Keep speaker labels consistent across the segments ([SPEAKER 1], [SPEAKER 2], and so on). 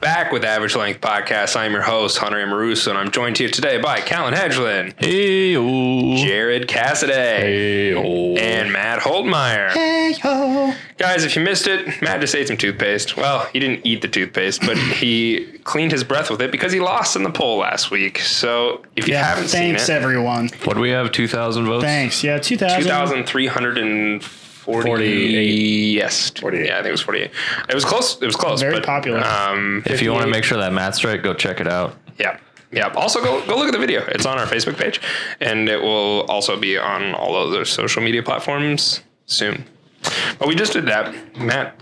[SPEAKER 1] back with Average Length Podcast. I'm your host, Hunter Amoruso, and I'm joined here today by Callan Hedgelin,
[SPEAKER 2] Hey,
[SPEAKER 1] Jared Cassidy, and Matt Holtmeyer. Guys, if you missed it, Matt just ate some toothpaste. Well, he didn't eat the toothpaste, but he cleaned his breath with it because he lost in the poll last week. So if you
[SPEAKER 3] Yeah,
[SPEAKER 1] haven't seen
[SPEAKER 3] thanks
[SPEAKER 1] it,
[SPEAKER 3] everyone.
[SPEAKER 2] What do we have? 2,000 votes?
[SPEAKER 3] Thanks. Yeah, 2000.
[SPEAKER 1] 2,348.
[SPEAKER 2] 48.
[SPEAKER 1] Yes. 48. Yeah, I think it was 48. It was close. It was close.
[SPEAKER 3] Very
[SPEAKER 1] but,
[SPEAKER 3] popular.
[SPEAKER 1] Um,
[SPEAKER 2] If you want to
[SPEAKER 3] 58.
[SPEAKER 2] make sure that math's right, go check it out.
[SPEAKER 1] Yeah. Yeah. Also, go go look at the video. It's on our Facebook page, and it will also be on all other social media platforms soon. But we just did that. Matt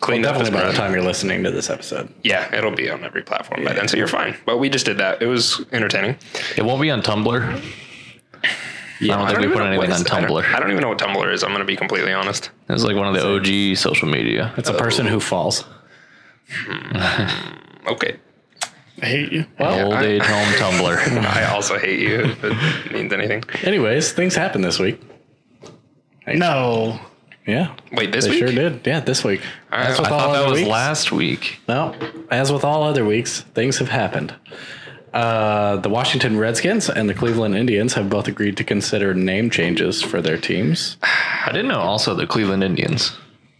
[SPEAKER 1] cleaned up his
[SPEAKER 4] Definitely by the
[SPEAKER 1] breath.
[SPEAKER 4] time you're listening to this episode.
[SPEAKER 1] Yeah, it'll be on every platform by then, so you're fine. But we just did that. It was entertaining.
[SPEAKER 2] It won't be on Tumblr. I don't think we
[SPEAKER 1] even
[SPEAKER 2] put
[SPEAKER 1] know what
[SPEAKER 2] anything on
[SPEAKER 1] is- I don't- I
[SPEAKER 2] Tumblr.
[SPEAKER 1] don't even know what Tumblr is. I'm going to be completely honest.
[SPEAKER 2] It's like one of the OG social media.
[SPEAKER 4] It's a person who falls.
[SPEAKER 1] Okay.
[SPEAKER 3] I hate you.
[SPEAKER 2] An old
[SPEAKER 1] I-
[SPEAKER 2] age home Tumblr.
[SPEAKER 1] I also hate you if it means anything.
[SPEAKER 4] Anyways, things happened this week.
[SPEAKER 3] No.
[SPEAKER 4] Yeah.
[SPEAKER 1] Wait, this
[SPEAKER 4] they
[SPEAKER 1] week?
[SPEAKER 4] sure did. Yeah, this week.
[SPEAKER 1] right.
[SPEAKER 4] As with
[SPEAKER 2] I
[SPEAKER 4] all
[SPEAKER 2] thought that
[SPEAKER 4] other
[SPEAKER 2] was
[SPEAKER 4] weeks-
[SPEAKER 2] last week.
[SPEAKER 4] No, as with all other weeks, things have happened. Uh, the Washington Redskins and the Cleveland Indians have both agreed to consider name changes for their teams.
[SPEAKER 2] I didn't know also the Cleveland Indians.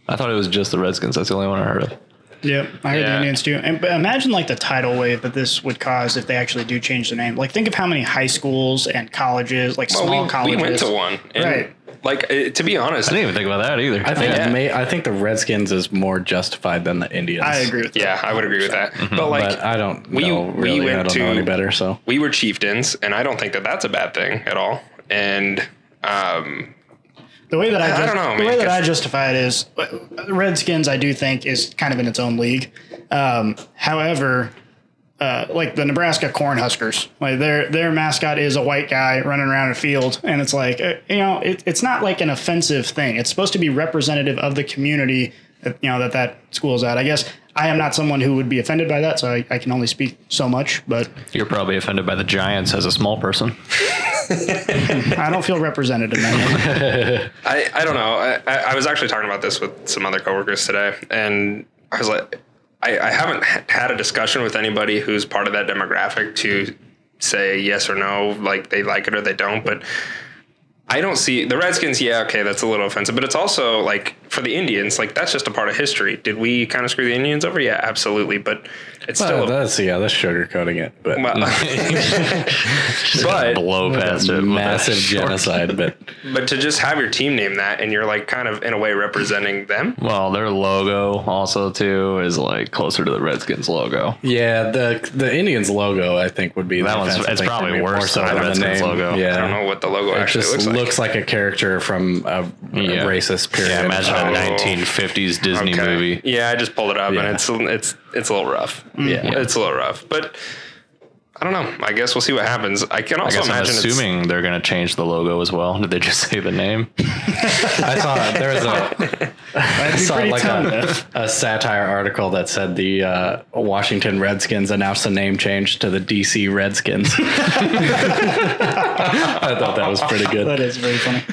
[SPEAKER 2] I thought it was just the Redskins. That's the only one I heard of.
[SPEAKER 3] Yep, I heard
[SPEAKER 1] Yeah.
[SPEAKER 3] the Indians too. And but imagine like the tidal wave that this would cause if they actually do change the name. Like think of how many high schools and colleges, like
[SPEAKER 1] Well,
[SPEAKER 3] small
[SPEAKER 1] we, we
[SPEAKER 3] colleges.
[SPEAKER 1] went to one. And
[SPEAKER 3] Right.
[SPEAKER 1] Like, uh, to be honest,
[SPEAKER 2] I didn't even think about that either.
[SPEAKER 4] I think
[SPEAKER 1] Yeah.
[SPEAKER 4] may, I think the Redskins is more justified than the Indians.
[SPEAKER 3] I agree with
[SPEAKER 1] yeah, I would agree with that. But, like,
[SPEAKER 4] Mm-hmm. but I don't
[SPEAKER 1] We-
[SPEAKER 4] know
[SPEAKER 1] we
[SPEAKER 4] really. I
[SPEAKER 1] went
[SPEAKER 4] don't know
[SPEAKER 1] to-
[SPEAKER 4] any better. So
[SPEAKER 1] we were chieftains, and I don't think that that's a bad thing at all. And um,
[SPEAKER 3] that. The way that I,
[SPEAKER 1] I
[SPEAKER 3] ju-
[SPEAKER 1] don't know,
[SPEAKER 3] the
[SPEAKER 1] man,
[SPEAKER 3] way that
[SPEAKER 1] 'cause-
[SPEAKER 3] I justify it is uh, Redskins. I do think is kind of in its own league. Um, however, uh, like the Nebraska Cornhuskers, like their their mascot is a white guy running around a field, and it's like uh, you know, it, it's not like an offensive thing. It's supposed to be representative of the community, that, you know, that that school's at. I guess I am not someone who would be offended by that, so I, I can only speak so much. But
[SPEAKER 2] You're probably offended by the Giants as a small person.
[SPEAKER 3] I don't feel represented in that.
[SPEAKER 1] I, I don't know. I, I I was actually talking about this with some other coworkers today, and I was like, I, I haven't h- had a discussion with anybody who's part of that demographic to say yes or no, like they like it or they don't. But I don't see the Redskins. Yeah, okay, that's a little offensive, but it's also like for the Indians, like that's just a part of history. Did we kind of screw the Indians over? Yeah, absolutely. But it's still.
[SPEAKER 4] Well,
[SPEAKER 1] a-
[SPEAKER 4] that's yeah, that's sugarcoating it, but
[SPEAKER 1] but
[SPEAKER 2] Blow past it. with that
[SPEAKER 4] massive
[SPEAKER 2] short-
[SPEAKER 4] genocide. But
[SPEAKER 1] But to just have your team name that and you're like kind of in a way representing them.
[SPEAKER 2] Well, their logo also too is like closer to the Redskins logo.
[SPEAKER 4] yeah, the the Indians logo I think would be
[SPEAKER 2] That
[SPEAKER 4] the
[SPEAKER 2] one's-
[SPEAKER 4] offensive
[SPEAKER 2] it's
[SPEAKER 4] thing for
[SPEAKER 2] probably
[SPEAKER 4] me,
[SPEAKER 2] worse
[SPEAKER 4] more so
[SPEAKER 2] than the Redskins
[SPEAKER 4] name.
[SPEAKER 2] logo.
[SPEAKER 4] Yeah,
[SPEAKER 1] I don't know what the logo
[SPEAKER 4] It
[SPEAKER 1] actually
[SPEAKER 4] just
[SPEAKER 1] looks,
[SPEAKER 4] looks,
[SPEAKER 1] like.
[SPEAKER 4] like. a character from a, a
[SPEAKER 2] Yeah.
[SPEAKER 4] racist period.
[SPEAKER 2] Yeah, imagine
[SPEAKER 1] Oh.
[SPEAKER 2] a 1950s Disney
[SPEAKER 1] Okay.
[SPEAKER 2] movie.
[SPEAKER 1] Yeah, I just pulled it up
[SPEAKER 4] Yeah.
[SPEAKER 1] and it's it's it's a little rough.
[SPEAKER 4] Yeah.
[SPEAKER 1] It's a little rough. But I don't know. I guess we'll see what happens. I can
[SPEAKER 2] I
[SPEAKER 1] also
[SPEAKER 2] guess I'm
[SPEAKER 1] imagine it's-
[SPEAKER 2] assuming they're going to change the logo as well. Did they just say the name?
[SPEAKER 4] I saw there was a I saw
[SPEAKER 3] pretty
[SPEAKER 4] like a,
[SPEAKER 3] tough.
[SPEAKER 4] a satire article that said the uh, Washington Redskins announced a name change to the DC Redskins. I thought that was pretty good.
[SPEAKER 3] that is very funny.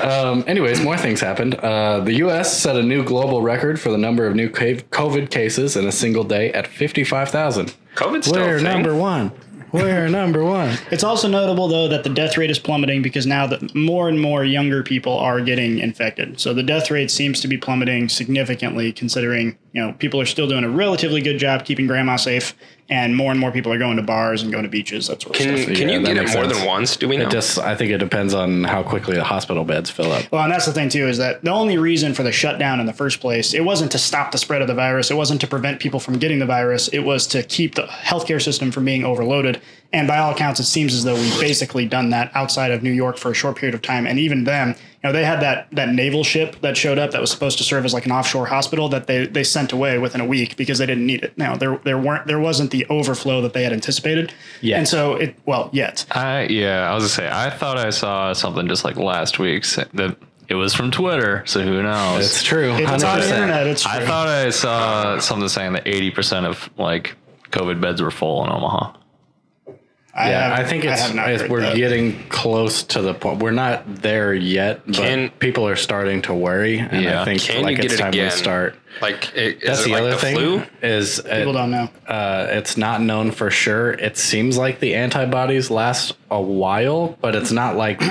[SPEAKER 4] Um, anyways, more things happened. Uh, the U.S. set a new global record for the number of new ca- COVID cases in a single day at 55,000.
[SPEAKER 1] COVID's still a
[SPEAKER 4] We're
[SPEAKER 1] thing.
[SPEAKER 4] number one. We're number one.
[SPEAKER 3] It's also notable though that the death rate is plummeting because now that more and more younger people are getting infected. So the death rate seems to be plummeting significantly considering, you know, people are still doing a relatively good job keeping grandma safe and more and more people are going to bars and going to beaches, that sort of
[SPEAKER 1] Can,
[SPEAKER 3] stuff.
[SPEAKER 1] can
[SPEAKER 4] Yeah,
[SPEAKER 1] you
[SPEAKER 4] that
[SPEAKER 1] get it
[SPEAKER 4] makes
[SPEAKER 1] more than
[SPEAKER 4] sense.
[SPEAKER 1] once? Do we know?
[SPEAKER 4] It just, I think it depends on how quickly the hospital beds fill up.
[SPEAKER 3] Well, and that's the thing too is that the only reason for the shutdown in the first place, it wasn't to stop the spread of the virus, it wasn't to prevent people from getting the virus, it was to keep the healthcare system from being overloaded. And by all accounts, it seems as though we've basically done that outside of New York for a short period of time. And even them, you know, they had that that naval ship that showed up that was supposed to serve as like an offshore hospital that they they sent away within a week because they didn't need it. Now there there weren't there wasn't the overflow that they had anticipated.
[SPEAKER 4] Yet.
[SPEAKER 3] And so it well yet.
[SPEAKER 2] I yeah, I was gonna say I thought I saw something just like last week sa- that it was from Twitter, so who knows?
[SPEAKER 4] It's true.
[SPEAKER 3] If it's on the
[SPEAKER 4] 100%.
[SPEAKER 3] internet, it's true.
[SPEAKER 2] I thought I saw something saying that 80% of like COVID beds were full in Omaha.
[SPEAKER 3] I
[SPEAKER 4] Yeah, I,
[SPEAKER 3] haven't-
[SPEAKER 4] think it's,
[SPEAKER 3] have not
[SPEAKER 4] it's-
[SPEAKER 3] heard
[SPEAKER 4] we're
[SPEAKER 3] that.
[SPEAKER 4] getting close to the point. We're not there yet, but
[SPEAKER 1] Can-
[SPEAKER 4] people are starting to worry, and I
[SPEAKER 2] Yeah.
[SPEAKER 4] think
[SPEAKER 1] Can
[SPEAKER 4] like
[SPEAKER 1] you get
[SPEAKER 4] it's
[SPEAKER 1] it
[SPEAKER 4] time
[SPEAKER 1] again?
[SPEAKER 4] we start.
[SPEAKER 1] Like, i- is
[SPEAKER 4] That's
[SPEAKER 1] it
[SPEAKER 4] the
[SPEAKER 1] like
[SPEAKER 4] other
[SPEAKER 1] the
[SPEAKER 4] thing
[SPEAKER 1] flu?
[SPEAKER 4] is
[SPEAKER 3] people
[SPEAKER 4] it,
[SPEAKER 3] don't know.
[SPEAKER 4] uh, it's not known for sure. It seems like the antibodies last a while, but it's not like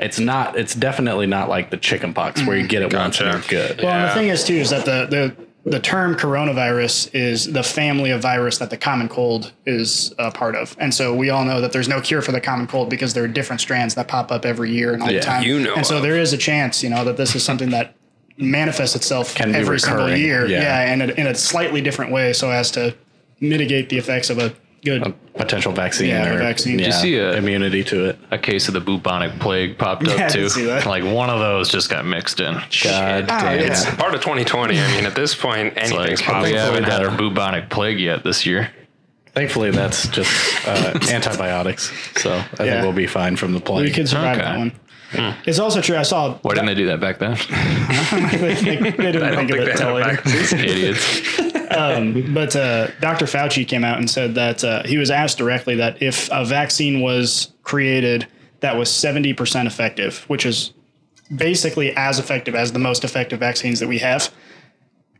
[SPEAKER 4] it's not. It's definitely not like the chickenpox where you get it once and
[SPEAKER 1] Gotcha.
[SPEAKER 4] you're good.
[SPEAKER 3] Well, and
[SPEAKER 1] Yeah.
[SPEAKER 3] the thing is too is that the the the term coronavirus is the family of virus that the common cold is a part of, and so we all know that there's no cure for the common cold because there are different strands that pop up every year and all
[SPEAKER 4] Yeah.
[SPEAKER 3] the time.
[SPEAKER 1] You know
[SPEAKER 3] and so
[SPEAKER 1] of.
[SPEAKER 3] there is a chance, you know, that this is something that manifests itself
[SPEAKER 4] Can be
[SPEAKER 3] every single
[SPEAKER 4] recurring,
[SPEAKER 3] year,
[SPEAKER 4] yeah.
[SPEAKER 3] and it, in a slightly different way, so as to mitigate the effects of a good.
[SPEAKER 4] Potential vaccine
[SPEAKER 3] Yeah,
[SPEAKER 4] or
[SPEAKER 3] the vaccine. Did
[SPEAKER 4] yeah,
[SPEAKER 3] you
[SPEAKER 2] see it?
[SPEAKER 4] immunity to it.
[SPEAKER 2] A case of the bubonic plague popped up
[SPEAKER 3] Yeah, I did
[SPEAKER 2] too.
[SPEAKER 3] see that.
[SPEAKER 2] Like one of those just got mixed in.
[SPEAKER 4] God
[SPEAKER 3] Ah,
[SPEAKER 4] damn
[SPEAKER 1] It's
[SPEAKER 4] it.
[SPEAKER 1] part of 2020. I mean, at this point, anything's
[SPEAKER 2] Like we
[SPEAKER 1] possible.
[SPEAKER 2] haven't had
[SPEAKER 4] that-
[SPEAKER 2] our bubonic plague yet this year.
[SPEAKER 4] Thankfully, that's just uh, antibiotics, so I
[SPEAKER 3] Yeah.
[SPEAKER 4] think we'll be fine from the
[SPEAKER 3] We
[SPEAKER 4] plague.
[SPEAKER 3] could survive
[SPEAKER 2] Okay.
[SPEAKER 3] that one. It's also true. I saw.
[SPEAKER 2] Why didn't they do that back then?
[SPEAKER 3] they, they didn't
[SPEAKER 1] I don't
[SPEAKER 3] think of
[SPEAKER 1] think
[SPEAKER 3] it
[SPEAKER 1] they
[SPEAKER 3] until
[SPEAKER 1] had
[SPEAKER 3] later.
[SPEAKER 1] it back.
[SPEAKER 2] Idiots.
[SPEAKER 3] But uh, Dr. Fauci came out and said that uh, he was asked directly that if a vaccine was created that was 70% effective, which is basically as effective as the most effective vaccines that we have,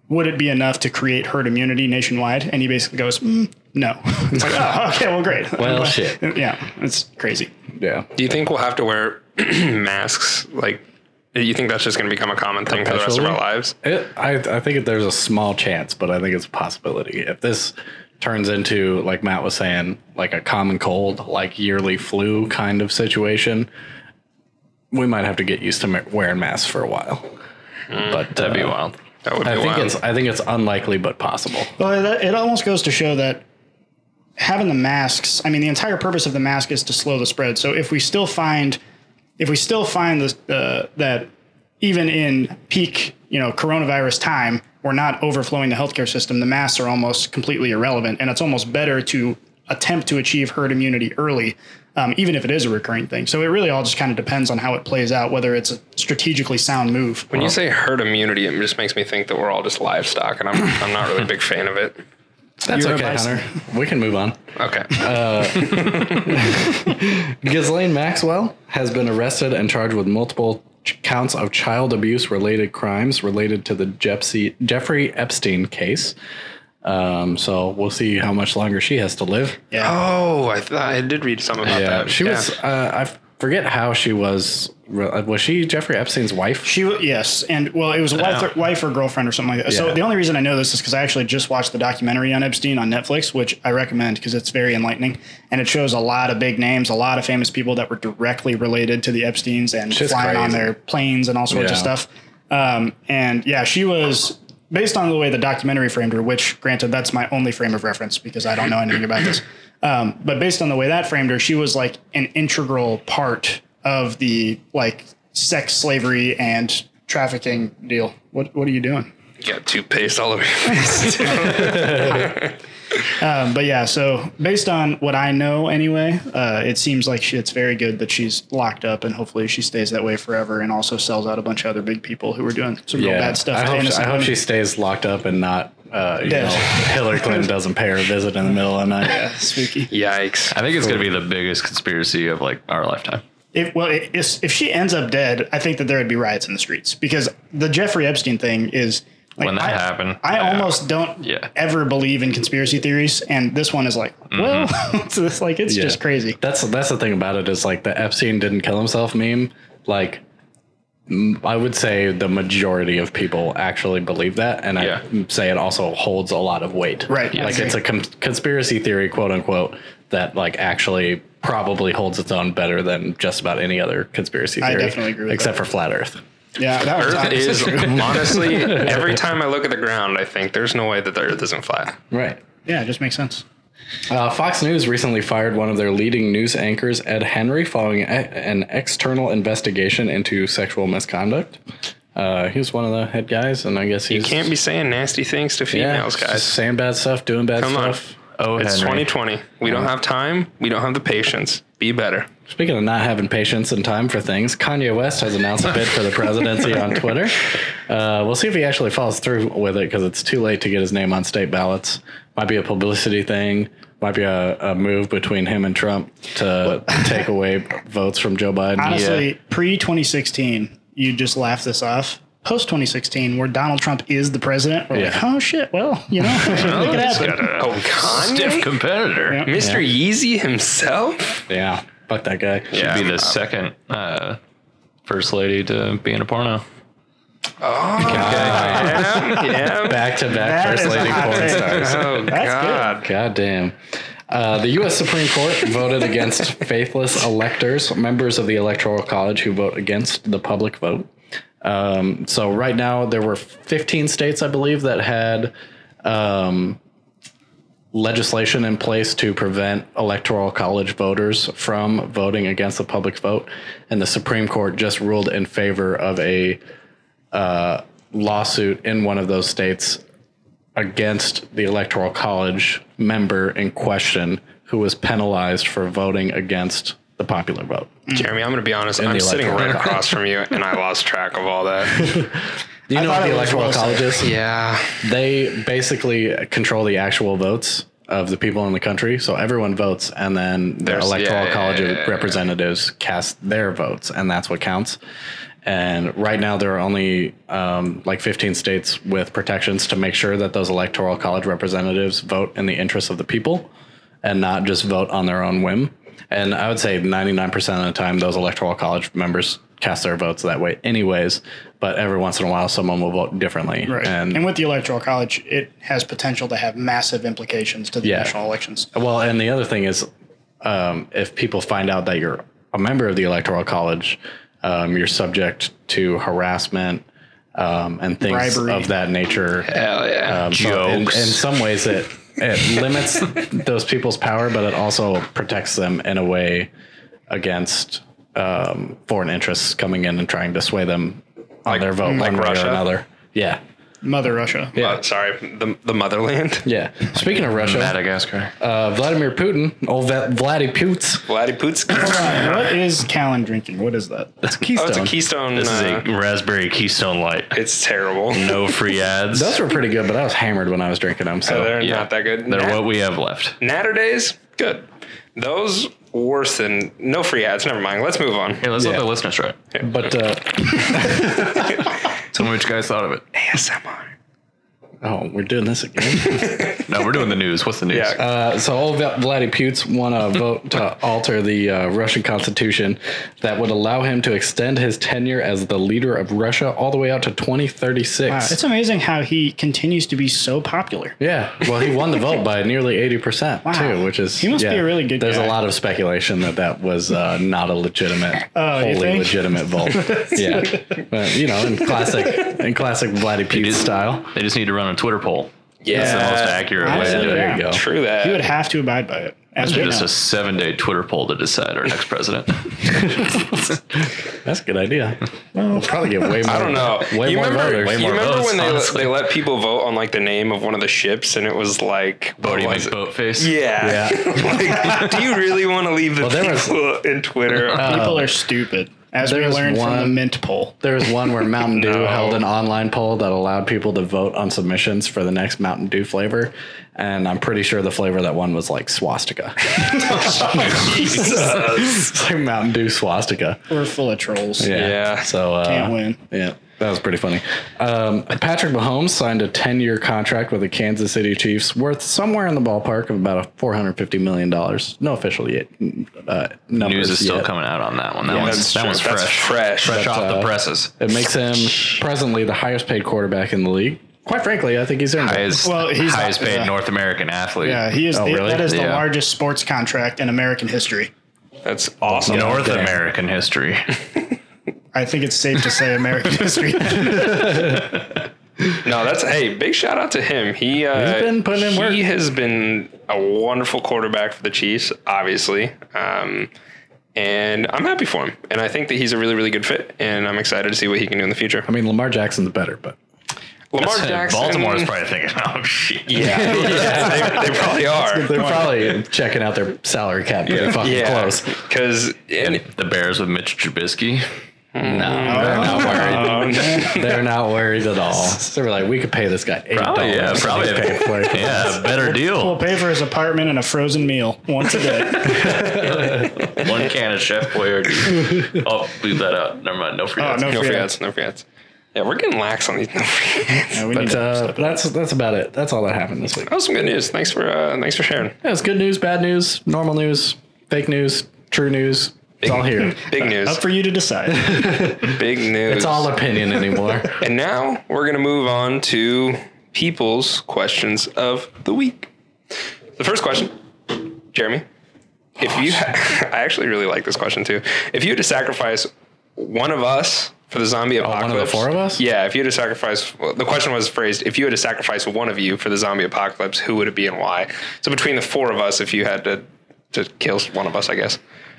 [SPEAKER 3] would it be enough to create herd immunity nationwide? And he basically goes, mm, no. It's like, oh, okay, well, great.
[SPEAKER 4] Well, shit.
[SPEAKER 3] Yeah, it's crazy.
[SPEAKER 4] yeah,
[SPEAKER 1] Do you think we'll have to wear masks? Like, do you think that's just going to become a common thing for the rest of our
[SPEAKER 4] Perpetually?
[SPEAKER 1] lives?
[SPEAKER 4] It, I, I think there's a small chance, but I think it's a possibility. If this turns into, like Matt was saying, like a common cold, like yearly flu kind of situation, we might have to get used to ma- wearing masks for a while. But
[SPEAKER 2] Mm, That'd be
[SPEAKER 4] uh,
[SPEAKER 2] wild.
[SPEAKER 1] That would be
[SPEAKER 4] I think
[SPEAKER 1] wild.
[SPEAKER 4] it's I think it's unlikely but possible.
[SPEAKER 3] Well, that- it almost goes to show that having the masks. I mean, the entire purpose of the mask is to slow the spread. So if we still find, if we still find this, uh, that even in peak, you know, coronavirus time, we're not overflowing the healthcare system. The masks are almost completely irrelevant, and it's almost better to attempt to achieve herd immunity early, um, even if it is a recurring thing. So it really all just kind of depends on how it plays out, whether it's a strategically sound move.
[SPEAKER 1] when you say herd immunity, it just makes me think that we're all just livestock, and I'm I'm not really a big fan of it.
[SPEAKER 4] That's
[SPEAKER 3] You're a
[SPEAKER 4] okay,
[SPEAKER 3] bison.
[SPEAKER 4] Hunter. We can move on.
[SPEAKER 1] Okay,
[SPEAKER 4] Uh, Ghislaine Maxwell has been arrested and charged with multiple ch- counts of child abuse related crimes related to the Jepsy, Jeffrey Epstein case. Um, so we'll see how much longer she has to live.
[SPEAKER 3] Yeah.
[SPEAKER 1] Oh, I thought I did read something about
[SPEAKER 4] Yeah,
[SPEAKER 1] that.
[SPEAKER 4] she was. Uh, I f- forget how she was. re- uh, Was she Jeffrey Epstein's wife?
[SPEAKER 3] She wa- yes, and well, it was a wife, or, wife or girlfriend or something like that.
[SPEAKER 4] Yeah.
[SPEAKER 3] So the only reason I know this is because I actually just watched the documentary on Epstein on Netflix, which I recommend because it's very enlightening and it shows a lot of big names, a lot of famous people that were directly related to the Epstein's and
[SPEAKER 4] just
[SPEAKER 3] flying on
[SPEAKER 4] crazy.
[SPEAKER 3] their planes and all sorts of
[SPEAKER 4] Yeah.
[SPEAKER 3] stuff. Um, and yeah, she was based on the way the documentary framed her, which granted, that's my only frame of reference because I don't know anything about this. Um, but based on the way that framed her, she was like an integral part of the like sex slavery and trafficking deal. What What are you doing?
[SPEAKER 1] You got toothpaste all over your face.
[SPEAKER 3] Um, but yeah, so based on what I know anyway, uh, it seems like she, it's very good that she's locked up and hopefully she stays that way forever and also sells out a bunch of other big people who were doing some real bad stuff.
[SPEAKER 4] I
[SPEAKER 3] to
[SPEAKER 4] hope, she,
[SPEAKER 3] innocent
[SPEAKER 4] I hope
[SPEAKER 3] women.
[SPEAKER 4] she stays locked up and not. Uh, you
[SPEAKER 3] Dead.
[SPEAKER 4] know, Hillary Clinton doesn't pay her a visit in the middle of the night.
[SPEAKER 3] spooky.
[SPEAKER 1] Yikes!
[SPEAKER 2] I think it's gonna be the biggest conspiracy of like our lifetime.
[SPEAKER 3] If, well, i- if, if she ends up dead, I think that there would be riots in the streets because the Jeffrey Epstein thing is like,
[SPEAKER 2] When that
[SPEAKER 3] I,
[SPEAKER 2] happened,
[SPEAKER 3] I
[SPEAKER 2] yeah.
[SPEAKER 3] almost don't
[SPEAKER 2] Yeah.
[SPEAKER 3] ever believe in conspiracy theories, and this one is like, well, it's just like it's
[SPEAKER 4] Yeah.
[SPEAKER 3] just crazy.
[SPEAKER 4] That's that's the thing about it is like the Epstein didn't kill himself meme. Like, m- I would say the majority of people actually believe that, and
[SPEAKER 2] Yeah.
[SPEAKER 4] I say it also holds a lot of weight.
[SPEAKER 3] Right. Yes.
[SPEAKER 4] like it's a com- conspiracy theory, quote unquote, that like actually probably holds its own better than just about any other conspiracy
[SPEAKER 3] I
[SPEAKER 4] theory.
[SPEAKER 3] definitely agree with
[SPEAKER 4] except for flat Earth.
[SPEAKER 3] Yeah, that was
[SPEAKER 1] Earth
[SPEAKER 3] obvious.
[SPEAKER 1] is honestly. Every time I look at the ground, I think there's no way that the Earth isn't flat.
[SPEAKER 4] Right.
[SPEAKER 3] yeah, it just makes sense.
[SPEAKER 4] Uh, Fox News recently fired one of their leading news anchors, Ed Henry, following a- an external investigation into sexual misconduct. Uh, he was one of the head guys, and I guess he's,
[SPEAKER 1] You can't be saying nasty things to
[SPEAKER 4] yeah,
[SPEAKER 1] females,
[SPEAKER 4] just
[SPEAKER 1] guys.
[SPEAKER 4] saying bad stuff, doing bad
[SPEAKER 1] Come on.
[SPEAKER 4] stuff.
[SPEAKER 2] Oh,
[SPEAKER 1] It's
[SPEAKER 2] Henry.
[SPEAKER 1] 2020. We don't have time. We don't have the patience. Be better.
[SPEAKER 4] Speaking of not having patience and time for things, Kanye West has announced a bid for the presidency on Twitter. Uh, we'll see if he actually follows through with it because it's too late to get his name on state ballots. Might be a publicity thing. might be a, a move between him and Trump to take away votes from Joe Biden.
[SPEAKER 3] Honestly, pre 2016, you just laugh this off. Post 2016, where Donald Trump is the president, we're like,
[SPEAKER 4] Yeah.
[SPEAKER 3] oh shit, well, you know, look at
[SPEAKER 2] it's
[SPEAKER 3] that.
[SPEAKER 2] got a
[SPEAKER 1] Oh, Kanye?
[SPEAKER 2] stiff competitor.
[SPEAKER 3] Yeah.
[SPEAKER 1] Mr. Yeezy himself?
[SPEAKER 4] yeah, fuck that guy.
[SPEAKER 2] Should be
[SPEAKER 1] Yeah.
[SPEAKER 2] the second uh, first lady to be in a porno.
[SPEAKER 1] Yeah. yeah.
[SPEAKER 4] Back to back
[SPEAKER 3] That
[SPEAKER 4] first
[SPEAKER 3] is a
[SPEAKER 4] lady
[SPEAKER 3] hot
[SPEAKER 4] porn
[SPEAKER 3] take.
[SPEAKER 4] stars.
[SPEAKER 1] Oh, God.
[SPEAKER 4] God damn. Uh, the U.S. Supreme Court voted against faithless electors, members of the Electoral College who vote against the public vote. Um, so right now there were 15 states, I believe, that had um, legislation in place to prevent Electoral College voters from voting against the public vote, and the Supreme Court just ruled in favor of a uh, lawsuit in one of those states against the Electoral College member in question who was penalized for voting against the popular vote.
[SPEAKER 2] Mm.
[SPEAKER 1] Jeremy, I'm going to be honest. I'm
[SPEAKER 4] the
[SPEAKER 1] sitting
[SPEAKER 4] electoral
[SPEAKER 1] right across from you, and I lost track of all that.
[SPEAKER 4] Do you know
[SPEAKER 3] thought
[SPEAKER 4] what the
[SPEAKER 3] it was
[SPEAKER 4] Electoral
[SPEAKER 3] Wilson.
[SPEAKER 4] College is?
[SPEAKER 1] Yeah.
[SPEAKER 4] They basically control the actual votes of the people in the country. So everyone votes, and then their
[SPEAKER 1] There's-
[SPEAKER 4] Electoral
[SPEAKER 1] yeah,
[SPEAKER 4] College
[SPEAKER 1] yeah, yeah, yeah.
[SPEAKER 4] representatives cast their votes, and that's what counts. And right now, there are only um, like 15 states with protections to make sure that those electoral college representatives vote in the interests of the people and not just vote on their own whim. And I would say 99% of the time, those electoral college members cast their votes that way, anyways. But every once in a while, someone will vote differently.
[SPEAKER 3] Right. And, with the Electoral College, it has potential to have massive implications to the
[SPEAKER 4] Yeah.
[SPEAKER 3] national elections.
[SPEAKER 4] Well, and the other thing is, um, if people find out that you're a member of the Electoral College, um, you're subject to harassment um, and things
[SPEAKER 3] Bribery.
[SPEAKER 4] of that nature.
[SPEAKER 2] Hell yeah.
[SPEAKER 4] Um, so in, in some ways, it it limits those people's power, but it also protects them in a way against um, foreign interests coming in and trying to sway them on their vote,
[SPEAKER 1] like
[SPEAKER 4] one way
[SPEAKER 1] Russia?
[SPEAKER 4] or another. Yeah,
[SPEAKER 3] Mother Russia.
[SPEAKER 1] Yeah. sorry. The, the motherland?
[SPEAKER 4] yeah. Speaking of Russia,
[SPEAKER 2] Madagascar.
[SPEAKER 4] uh, Vladimir Putin, old Va- Vladdy Putz.
[SPEAKER 1] Oh, Vladiputsk?
[SPEAKER 3] what is Callan drinking? What is that?
[SPEAKER 4] That's Keystone.
[SPEAKER 1] Oh, it's a Keystone.
[SPEAKER 2] This is
[SPEAKER 1] uh,
[SPEAKER 2] a raspberry Keystone Light.
[SPEAKER 1] it's terrible.
[SPEAKER 2] No free ads.
[SPEAKER 4] Those were pretty good, but I was hammered when I was drinking them. So
[SPEAKER 1] They're
[SPEAKER 2] Yeah.
[SPEAKER 1] not that good.
[SPEAKER 2] They're
[SPEAKER 1] Nat-
[SPEAKER 2] what we have left.
[SPEAKER 1] Natter days? Good. Those worse than no free ads. Never mind. Let's move on.
[SPEAKER 2] Hey, let's
[SPEAKER 4] Yeah.
[SPEAKER 2] let the listeners try it.
[SPEAKER 4] but uh,
[SPEAKER 2] Tell me what you guys thought of it.
[SPEAKER 1] ASMR.
[SPEAKER 4] oh, we're doing this again.
[SPEAKER 2] No, we're doing the news. What's the news?
[SPEAKER 1] Yeah.
[SPEAKER 4] Uh, so old Va- Vladdy Putz won a vote to alter the uh, Russian constitution that would allow him to extend his tenure as the leader of Russia all the way out to 2036.
[SPEAKER 3] Wow, It's amazing how he continues to be so popular.
[SPEAKER 4] yeah, well, he won the vote by nearly 80% too, which is
[SPEAKER 3] He must be
[SPEAKER 4] yeah.
[SPEAKER 3] a really good
[SPEAKER 4] There's
[SPEAKER 3] guy.
[SPEAKER 4] a lot of speculation that that was uh, not a legitimate,
[SPEAKER 3] Oh, you
[SPEAKER 4] wholly
[SPEAKER 3] think?
[SPEAKER 4] legitimate vote. yeah, but, you know, in classic, in classic Vladdy Putz
[SPEAKER 2] is-
[SPEAKER 4] style.
[SPEAKER 2] They just need to run a Twitter poll.
[SPEAKER 1] yeah.
[SPEAKER 2] That's the
[SPEAKER 3] Uh,
[SPEAKER 2] most accurate way to
[SPEAKER 3] Honestly,
[SPEAKER 2] do it.
[SPEAKER 3] yeah.
[SPEAKER 4] There you go.
[SPEAKER 1] True that.
[SPEAKER 3] He would have to abide by it. As we
[SPEAKER 2] Just
[SPEAKER 3] know.
[SPEAKER 2] a seven day Twitter poll to decide our next president.
[SPEAKER 4] That's a good idea. we'll probably get way more.
[SPEAKER 1] I don't know.
[SPEAKER 4] Way
[SPEAKER 1] you
[SPEAKER 4] more
[SPEAKER 1] remember,
[SPEAKER 4] voters.
[SPEAKER 1] you remember
[SPEAKER 2] votes,
[SPEAKER 1] when they,
[SPEAKER 2] honestly.
[SPEAKER 1] they let people vote on like the name of one of the ships and it was like what
[SPEAKER 2] Bodie
[SPEAKER 1] was Oh, it?
[SPEAKER 2] McBoatface.
[SPEAKER 1] Yeah. like, do you really want to leave the
[SPEAKER 4] there was- Uh,
[SPEAKER 1] people in Twitter?
[SPEAKER 3] People are stupid, as we
[SPEAKER 4] There's
[SPEAKER 3] learned from the
[SPEAKER 4] one-
[SPEAKER 3] Mint poll.
[SPEAKER 4] There was one where Mountain Dew
[SPEAKER 1] No.
[SPEAKER 4] held an online poll that allowed people to vote on submissions for the next Mountain Dew flavor, and I'm pretty sure the flavor that won was like swastika. it's like Mountain Dew swastika.
[SPEAKER 3] We're full of trolls.
[SPEAKER 1] Yeah.
[SPEAKER 4] So uh,
[SPEAKER 3] Can't win.
[SPEAKER 4] Yeah, that was pretty funny. Um, Patrick Mahomes signed a 10 year contract with the Kansas City Chiefs worth somewhere in the ballpark of about a $450 million. No official yet. Uh,
[SPEAKER 2] News
[SPEAKER 4] numbers
[SPEAKER 2] is still
[SPEAKER 4] yet.
[SPEAKER 2] coming out on that one. That
[SPEAKER 1] That's
[SPEAKER 2] one's that
[SPEAKER 1] true.
[SPEAKER 2] one's
[SPEAKER 1] That's fresh.
[SPEAKER 2] fresh. Fresh off the
[SPEAKER 4] uh,
[SPEAKER 2] presses.
[SPEAKER 4] It makes him presently the highest paid quarterback in the league. Quite frankly, I think he's earned it.
[SPEAKER 2] Highest,
[SPEAKER 3] Well, he's-
[SPEAKER 2] highest paid
[SPEAKER 3] yeah.
[SPEAKER 2] North American athlete.
[SPEAKER 3] Yeah, Uh, he is.
[SPEAKER 4] Oh,
[SPEAKER 3] the,
[SPEAKER 4] really?
[SPEAKER 3] That is the
[SPEAKER 2] Yeah.
[SPEAKER 3] largest sports contract in American history.
[SPEAKER 1] That's awesome.
[SPEAKER 2] North
[SPEAKER 4] Damn.
[SPEAKER 2] American history.
[SPEAKER 3] I think it's safe to say American history.
[SPEAKER 1] No, that's hey, big shout out to him. He uh,
[SPEAKER 4] He's been putting in
[SPEAKER 1] he
[SPEAKER 4] work.
[SPEAKER 1] has been a wonderful quarterback for the Chiefs, obviously. Um, and I'm happy for him. And I think that he's a really, really good fit. And I'm excited to see what he can do in the future.
[SPEAKER 4] I mean, Lamar Jackson's better, but
[SPEAKER 1] Lamar Jackson.
[SPEAKER 2] Baltimore's probably thinking, oh, shit.
[SPEAKER 1] Yeah, yeah, they, they probably are.
[SPEAKER 4] they're probably checking out their salary cap pretty fucking
[SPEAKER 1] Yeah,
[SPEAKER 4] close.
[SPEAKER 1] because
[SPEAKER 2] The Bears with Mitch Trubisky.
[SPEAKER 3] Hmm.
[SPEAKER 4] No, they're not worried.
[SPEAKER 1] fine.
[SPEAKER 3] Um,
[SPEAKER 4] They're not worried at all. They were like, we could pay this guy eight
[SPEAKER 2] Probably, yeah,
[SPEAKER 4] dollars.
[SPEAKER 2] probably. yeah, better
[SPEAKER 3] We'll
[SPEAKER 2] deal.
[SPEAKER 3] pay for his apartment and a frozen meal once a day.
[SPEAKER 2] One can of Chef Boyardee. Oh, leave that out. Never mind. No free
[SPEAKER 3] Oh,
[SPEAKER 2] ads.
[SPEAKER 3] no
[SPEAKER 1] no free
[SPEAKER 3] free
[SPEAKER 1] ads. No free ads. Yeah, we're getting lax on these no free ads.
[SPEAKER 3] Yeah, we need
[SPEAKER 4] But
[SPEAKER 3] to-
[SPEAKER 4] uh, that's that's about it. That's all that happened this week.
[SPEAKER 1] That was some good news. Thanks for uh, thanks for sharing.
[SPEAKER 4] Yeah, it's good news, bad news, normal news, fake news, true news. It's all here.
[SPEAKER 1] Big news.
[SPEAKER 3] up for you to decide.
[SPEAKER 1] Big news.
[SPEAKER 4] It's all opinion anymore.
[SPEAKER 1] And now we're going to move on to people's questions of the week. The first question, Jeremy, if you, I actually really like this question too. If you had to sacrifice one of us for the zombie
[SPEAKER 4] Oh, one
[SPEAKER 1] apocalypse,
[SPEAKER 4] of the four of us?
[SPEAKER 1] yeah. If you had to sacrifice, well, the question was phrased: If you had to sacrifice one of you for the zombie apocalypse, who would it be and why? So between the four of us, if you had to to kill one of us, I guess.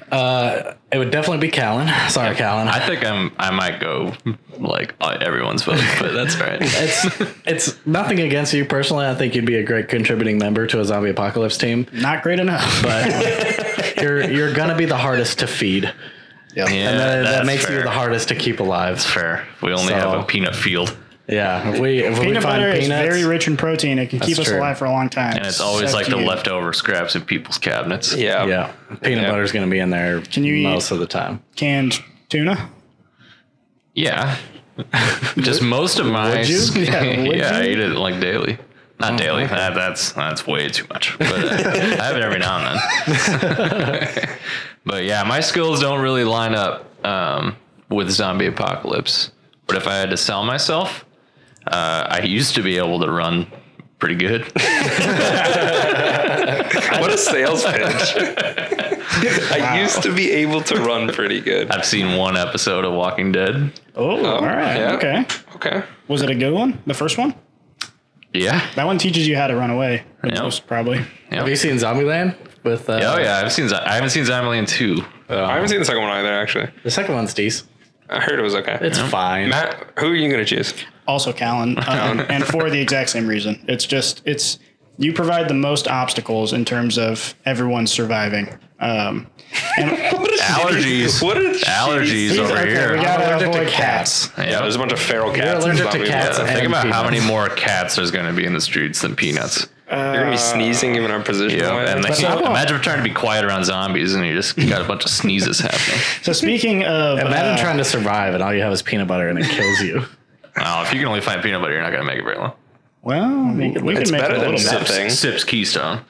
[SPEAKER 4] It would definitely be Callan. Sorry, Callan.
[SPEAKER 2] I think I'm. I might go like on everyone's vote, but that's all right.
[SPEAKER 4] it's it's nothing against you personally. I think you'd be a great contributing member to a zombie apocalypse team,
[SPEAKER 3] Not great enough.
[SPEAKER 4] but you're you're gonna be the hardest to feed,
[SPEAKER 2] Yeah,
[SPEAKER 4] and uh, that, that
[SPEAKER 2] that's
[SPEAKER 4] makes you
[SPEAKER 2] fair.
[SPEAKER 4] the hardest to keep alive.
[SPEAKER 2] fair. We only
[SPEAKER 4] So-
[SPEAKER 2] have a peanut field,
[SPEAKER 4] Yeah, if we if we
[SPEAKER 3] Peanut
[SPEAKER 4] find
[SPEAKER 3] butter
[SPEAKER 4] peanuts,
[SPEAKER 3] is very rich in protein. It can keep us
[SPEAKER 4] true.
[SPEAKER 3] alive for a long time.
[SPEAKER 2] and it's always like the
[SPEAKER 3] left.
[SPEAKER 2] leftover scraps in people's cabinets.
[SPEAKER 1] Yeah.
[SPEAKER 4] yeah, peanut
[SPEAKER 1] Yeah.
[SPEAKER 4] butter's gonna be in there Can
[SPEAKER 3] you eat-
[SPEAKER 4] most of the time.
[SPEAKER 3] canned tuna.
[SPEAKER 2] yeah. Just most of my.
[SPEAKER 4] would you?
[SPEAKER 2] Yeah,
[SPEAKER 3] Yeah, would
[SPEAKER 2] I eat it like daily. Not daily. That, that's that's way too much. But uh, I have it every now and then. but yeah, my skills don't really line up um, with zombie apocalypse. But if I had to sell myself, uh, I used to be able to run pretty good.
[SPEAKER 1] What a sales pitch! I used to be able to run pretty good.
[SPEAKER 2] I've seen one episode of Walking Dead.
[SPEAKER 3] Oh, all right.
[SPEAKER 1] yeah.
[SPEAKER 3] Okay.
[SPEAKER 1] Okay.
[SPEAKER 3] Was it a good one? The first one?
[SPEAKER 2] Yeah.
[SPEAKER 3] That one teaches you how to run away. the
[SPEAKER 2] Yeah.
[SPEAKER 3] most, probably.
[SPEAKER 4] Have you seen Zombieland with? Uh,
[SPEAKER 2] Oh yeah, I've seen. Zo- I haven't seen Zombieland two.
[SPEAKER 1] I haven't seen the second one either. Actually,
[SPEAKER 4] The second one's decent.
[SPEAKER 1] I heard it was okay.
[SPEAKER 4] It's fine.
[SPEAKER 1] Matt, who are you going to choose?
[SPEAKER 3] Also, Callan, um, and for the exact same reason. It's just it's you provide the most obstacles in terms of everyone surviving. Um,
[SPEAKER 1] What is
[SPEAKER 2] Allergies.
[SPEAKER 1] What is
[SPEAKER 2] Allergies over
[SPEAKER 3] okay,
[SPEAKER 2] here.
[SPEAKER 3] we got-
[SPEAKER 4] I'm
[SPEAKER 3] Gotta
[SPEAKER 4] allergic to
[SPEAKER 3] avoid
[SPEAKER 4] cats.
[SPEAKER 1] Yeah, Oh, there's a bunch of feral cats.
[SPEAKER 4] allergic
[SPEAKER 1] and
[SPEAKER 4] to
[SPEAKER 1] zombies.
[SPEAKER 4] cats.
[SPEAKER 1] Yeah.
[SPEAKER 2] Uh, Think
[SPEAKER 4] And
[SPEAKER 2] about how many
[SPEAKER 4] peanuts.
[SPEAKER 2] more cats there's going to be in the streets than peanuts.
[SPEAKER 1] You're going to be sneezing even our position.
[SPEAKER 2] Yeah,
[SPEAKER 1] away.
[SPEAKER 2] and they,
[SPEAKER 3] I won't-
[SPEAKER 2] imagine trying to be quiet around zombies and you just got a bunch of sneezes happening.
[SPEAKER 3] so speaking of,
[SPEAKER 4] Imagine
[SPEAKER 3] uh,
[SPEAKER 4] trying to survive and all you have is peanut butter and it kills you.
[SPEAKER 2] Oh, if you can only find peanut butter, you're not going to make it very long.
[SPEAKER 3] well, we could, we could
[SPEAKER 1] it's
[SPEAKER 3] make it
[SPEAKER 1] better
[SPEAKER 3] a
[SPEAKER 1] than
[SPEAKER 3] little bit.
[SPEAKER 1] Good thing.
[SPEAKER 2] Sips, sips Keystone.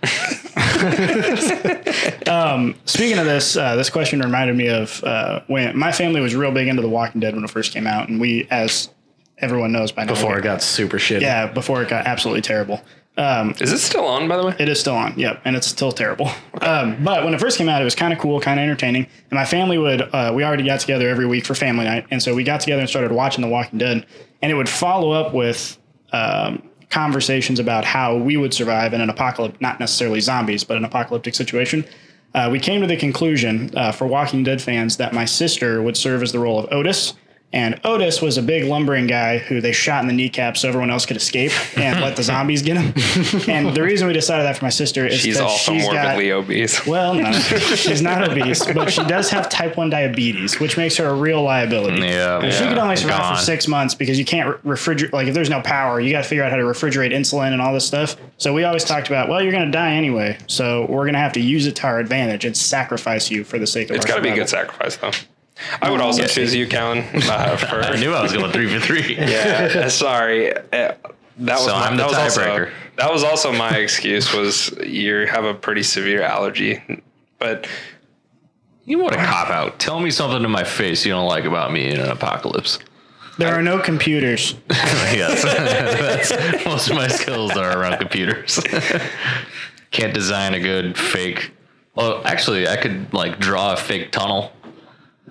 [SPEAKER 3] Speaking of this, uh, this question reminded me of uh, when my family was real big into The Walking Dead when it first came out, and we, as everyone knows by now,
[SPEAKER 4] Before it got super shitty.
[SPEAKER 3] yeah, before it got absolutely terrible.
[SPEAKER 1] is it still on, by the way?
[SPEAKER 3] It is still on. Yep, and it's still terrible. Um, but when it first came out, it was kind of cool, kind of entertaining. And my family would uh, we already got together every week for family night, and so we got together and started watching The Walking Dead, and it would follow up with um, conversations about how we would survive in an apocalypse, not necessarily zombies, but an apocalyptic situation. Uh, we came to the conclusion uh, for Walking Dead fans that my sister would serve as the role of Otis. And Otis was a big lumbering guy who they shot in the kneecap so everyone else could escape and let the zombies get him. And the reason we decided that for my sister is
[SPEAKER 1] She's
[SPEAKER 3] that
[SPEAKER 1] also
[SPEAKER 3] she's got,
[SPEAKER 1] morbidly obese.
[SPEAKER 3] well, no, she's not obese, but she does have type one diabetes, which makes her a real liability.
[SPEAKER 2] Yeah.
[SPEAKER 3] She could only survive
[SPEAKER 2] Gone.
[SPEAKER 3] for six months because you can't re- refrigerate. Like, if there's no power, you got to figure out how to refrigerate insulin and all this stuff. So we always talked about, well, you're going to die anyway, so we're going to have to use it to our advantage and sacrifice you for the sake of.
[SPEAKER 1] It's
[SPEAKER 3] our
[SPEAKER 1] got to be a
[SPEAKER 3] survival.
[SPEAKER 1] good sacrifice, though. I would also choose you, Callan. Uh, for,
[SPEAKER 2] I knew I was going three for three.
[SPEAKER 1] yeah, sorry. Uh, That was
[SPEAKER 2] So
[SPEAKER 1] my,
[SPEAKER 2] I'm the
[SPEAKER 1] that was also-
[SPEAKER 2] tiebreaker.
[SPEAKER 1] That was also my excuse was you have a pretty severe allergy, but
[SPEAKER 2] You want a cop out. Tell me something to my face you don't like about me in an apocalypse.
[SPEAKER 3] There are no computers.
[SPEAKER 2] yes. That's- most of my skills are around computers. Can't design a good fake. Well, actually, I could like draw a fake tunnel.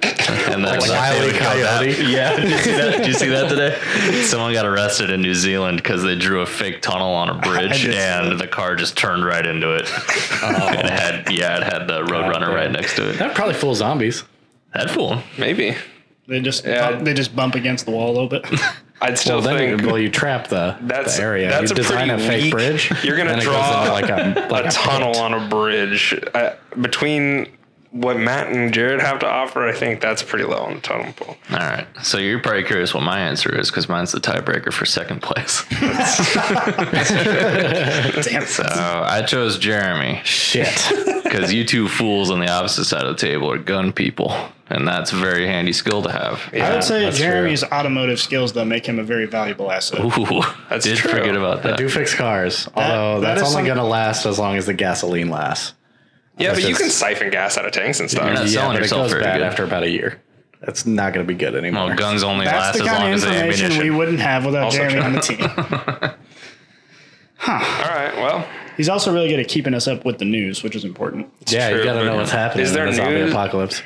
[SPEAKER 2] And then like,
[SPEAKER 4] Wile E.
[SPEAKER 2] Yeah. Did you, see that? did you see that today? Someone got arrested in New Zealand because they drew a fake tunnel on a bridge
[SPEAKER 3] did see
[SPEAKER 2] and the car just turned right into it.
[SPEAKER 4] Oh.
[SPEAKER 2] it had, yeah, it had the Roadrunner right next to it.
[SPEAKER 4] That probably fool zombies.
[SPEAKER 2] That fool.
[SPEAKER 1] maybe
[SPEAKER 3] They just
[SPEAKER 1] Yeah.
[SPEAKER 3] they just bump against the wall a little bit.
[SPEAKER 1] I'd still
[SPEAKER 4] Well, then
[SPEAKER 1] think
[SPEAKER 4] you, well, you trap the,
[SPEAKER 1] That's-
[SPEAKER 4] the area.
[SPEAKER 1] that's
[SPEAKER 4] you
[SPEAKER 1] a
[SPEAKER 4] design a
[SPEAKER 1] pretty
[SPEAKER 4] fake
[SPEAKER 1] weak-
[SPEAKER 4] bridge.
[SPEAKER 1] you're gonna
[SPEAKER 4] then it goes
[SPEAKER 1] draw
[SPEAKER 4] into like a, like
[SPEAKER 1] a tunnel
[SPEAKER 4] pit.
[SPEAKER 1] on a bridge uh, between what Matt and Jared have to offer, I think that's pretty low on the totem pole.
[SPEAKER 2] All right. So you're probably curious what my answer is because mine's the tiebreaker for second place.
[SPEAKER 3] Damn.
[SPEAKER 2] So Oh, I chose Jeremy
[SPEAKER 4] Shit.
[SPEAKER 2] because you two fools on the opposite side of the table are gun people, and that's a very handy skill to have.
[SPEAKER 3] I would say
[SPEAKER 4] that's true.
[SPEAKER 3] Jeremy's automotive skills though make him a very valuable asset.
[SPEAKER 2] Ooh,
[SPEAKER 1] That's
[SPEAKER 2] did
[SPEAKER 1] true.
[SPEAKER 2] forget about
[SPEAKER 4] I
[SPEAKER 2] that.
[SPEAKER 4] do fix cars, although
[SPEAKER 3] that
[SPEAKER 4] that's
[SPEAKER 3] is
[SPEAKER 4] only
[SPEAKER 3] some-
[SPEAKER 4] going to last as long as the gasoline lasts.
[SPEAKER 1] Yeah,
[SPEAKER 4] That's
[SPEAKER 1] but you
[SPEAKER 4] just-
[SPEAKER 1] can siphon gas out of tanks and stuff.
[SPEAKER 2] You're not selling
[SPEAKER 4] but it
[SPEAKER 2] yourself
[SPEAKER 4] goes
[SPEAKER 2] very
[SPEAKER 4] bad
[SPEAKER 2] good.
[SPEAKER 4] after about a year. That's not going to be good anymore.
[SPEAKER 2] well, guns only last
[SPEAKER 3] That's the
[SPEAKER 2] as long
[SPEAKER 3] kind
[SPEAKER 2] as
[SPEAKER 3] of
[SPEAKER 2] the
[SPEAKER 3] information we
[SPEAKER 2] ammunition.
[SPEAKER 3] wouldn't have without
[SPEAKER 1] Also
[SPEAKER 3] Jeremy
[SPEAKER 1] true.
[SPEAKER 3] on the team.
[SPEAKER 1] All right, well,
[SPEAKER 3] He's also really good at keeping us up with the news, which is important.
[SPEAKER 4] yeah,
[SPEAKER 1] true,
[SPEAKER 4] you got to
[SPEAKER 1] but
[SPEAKER 4] know what's happening
[SPEAKER 1] is there
[SPEAKER 4] in the zombie
[SPEAKER 1] news?
[SPEAKER 4] apocalypse.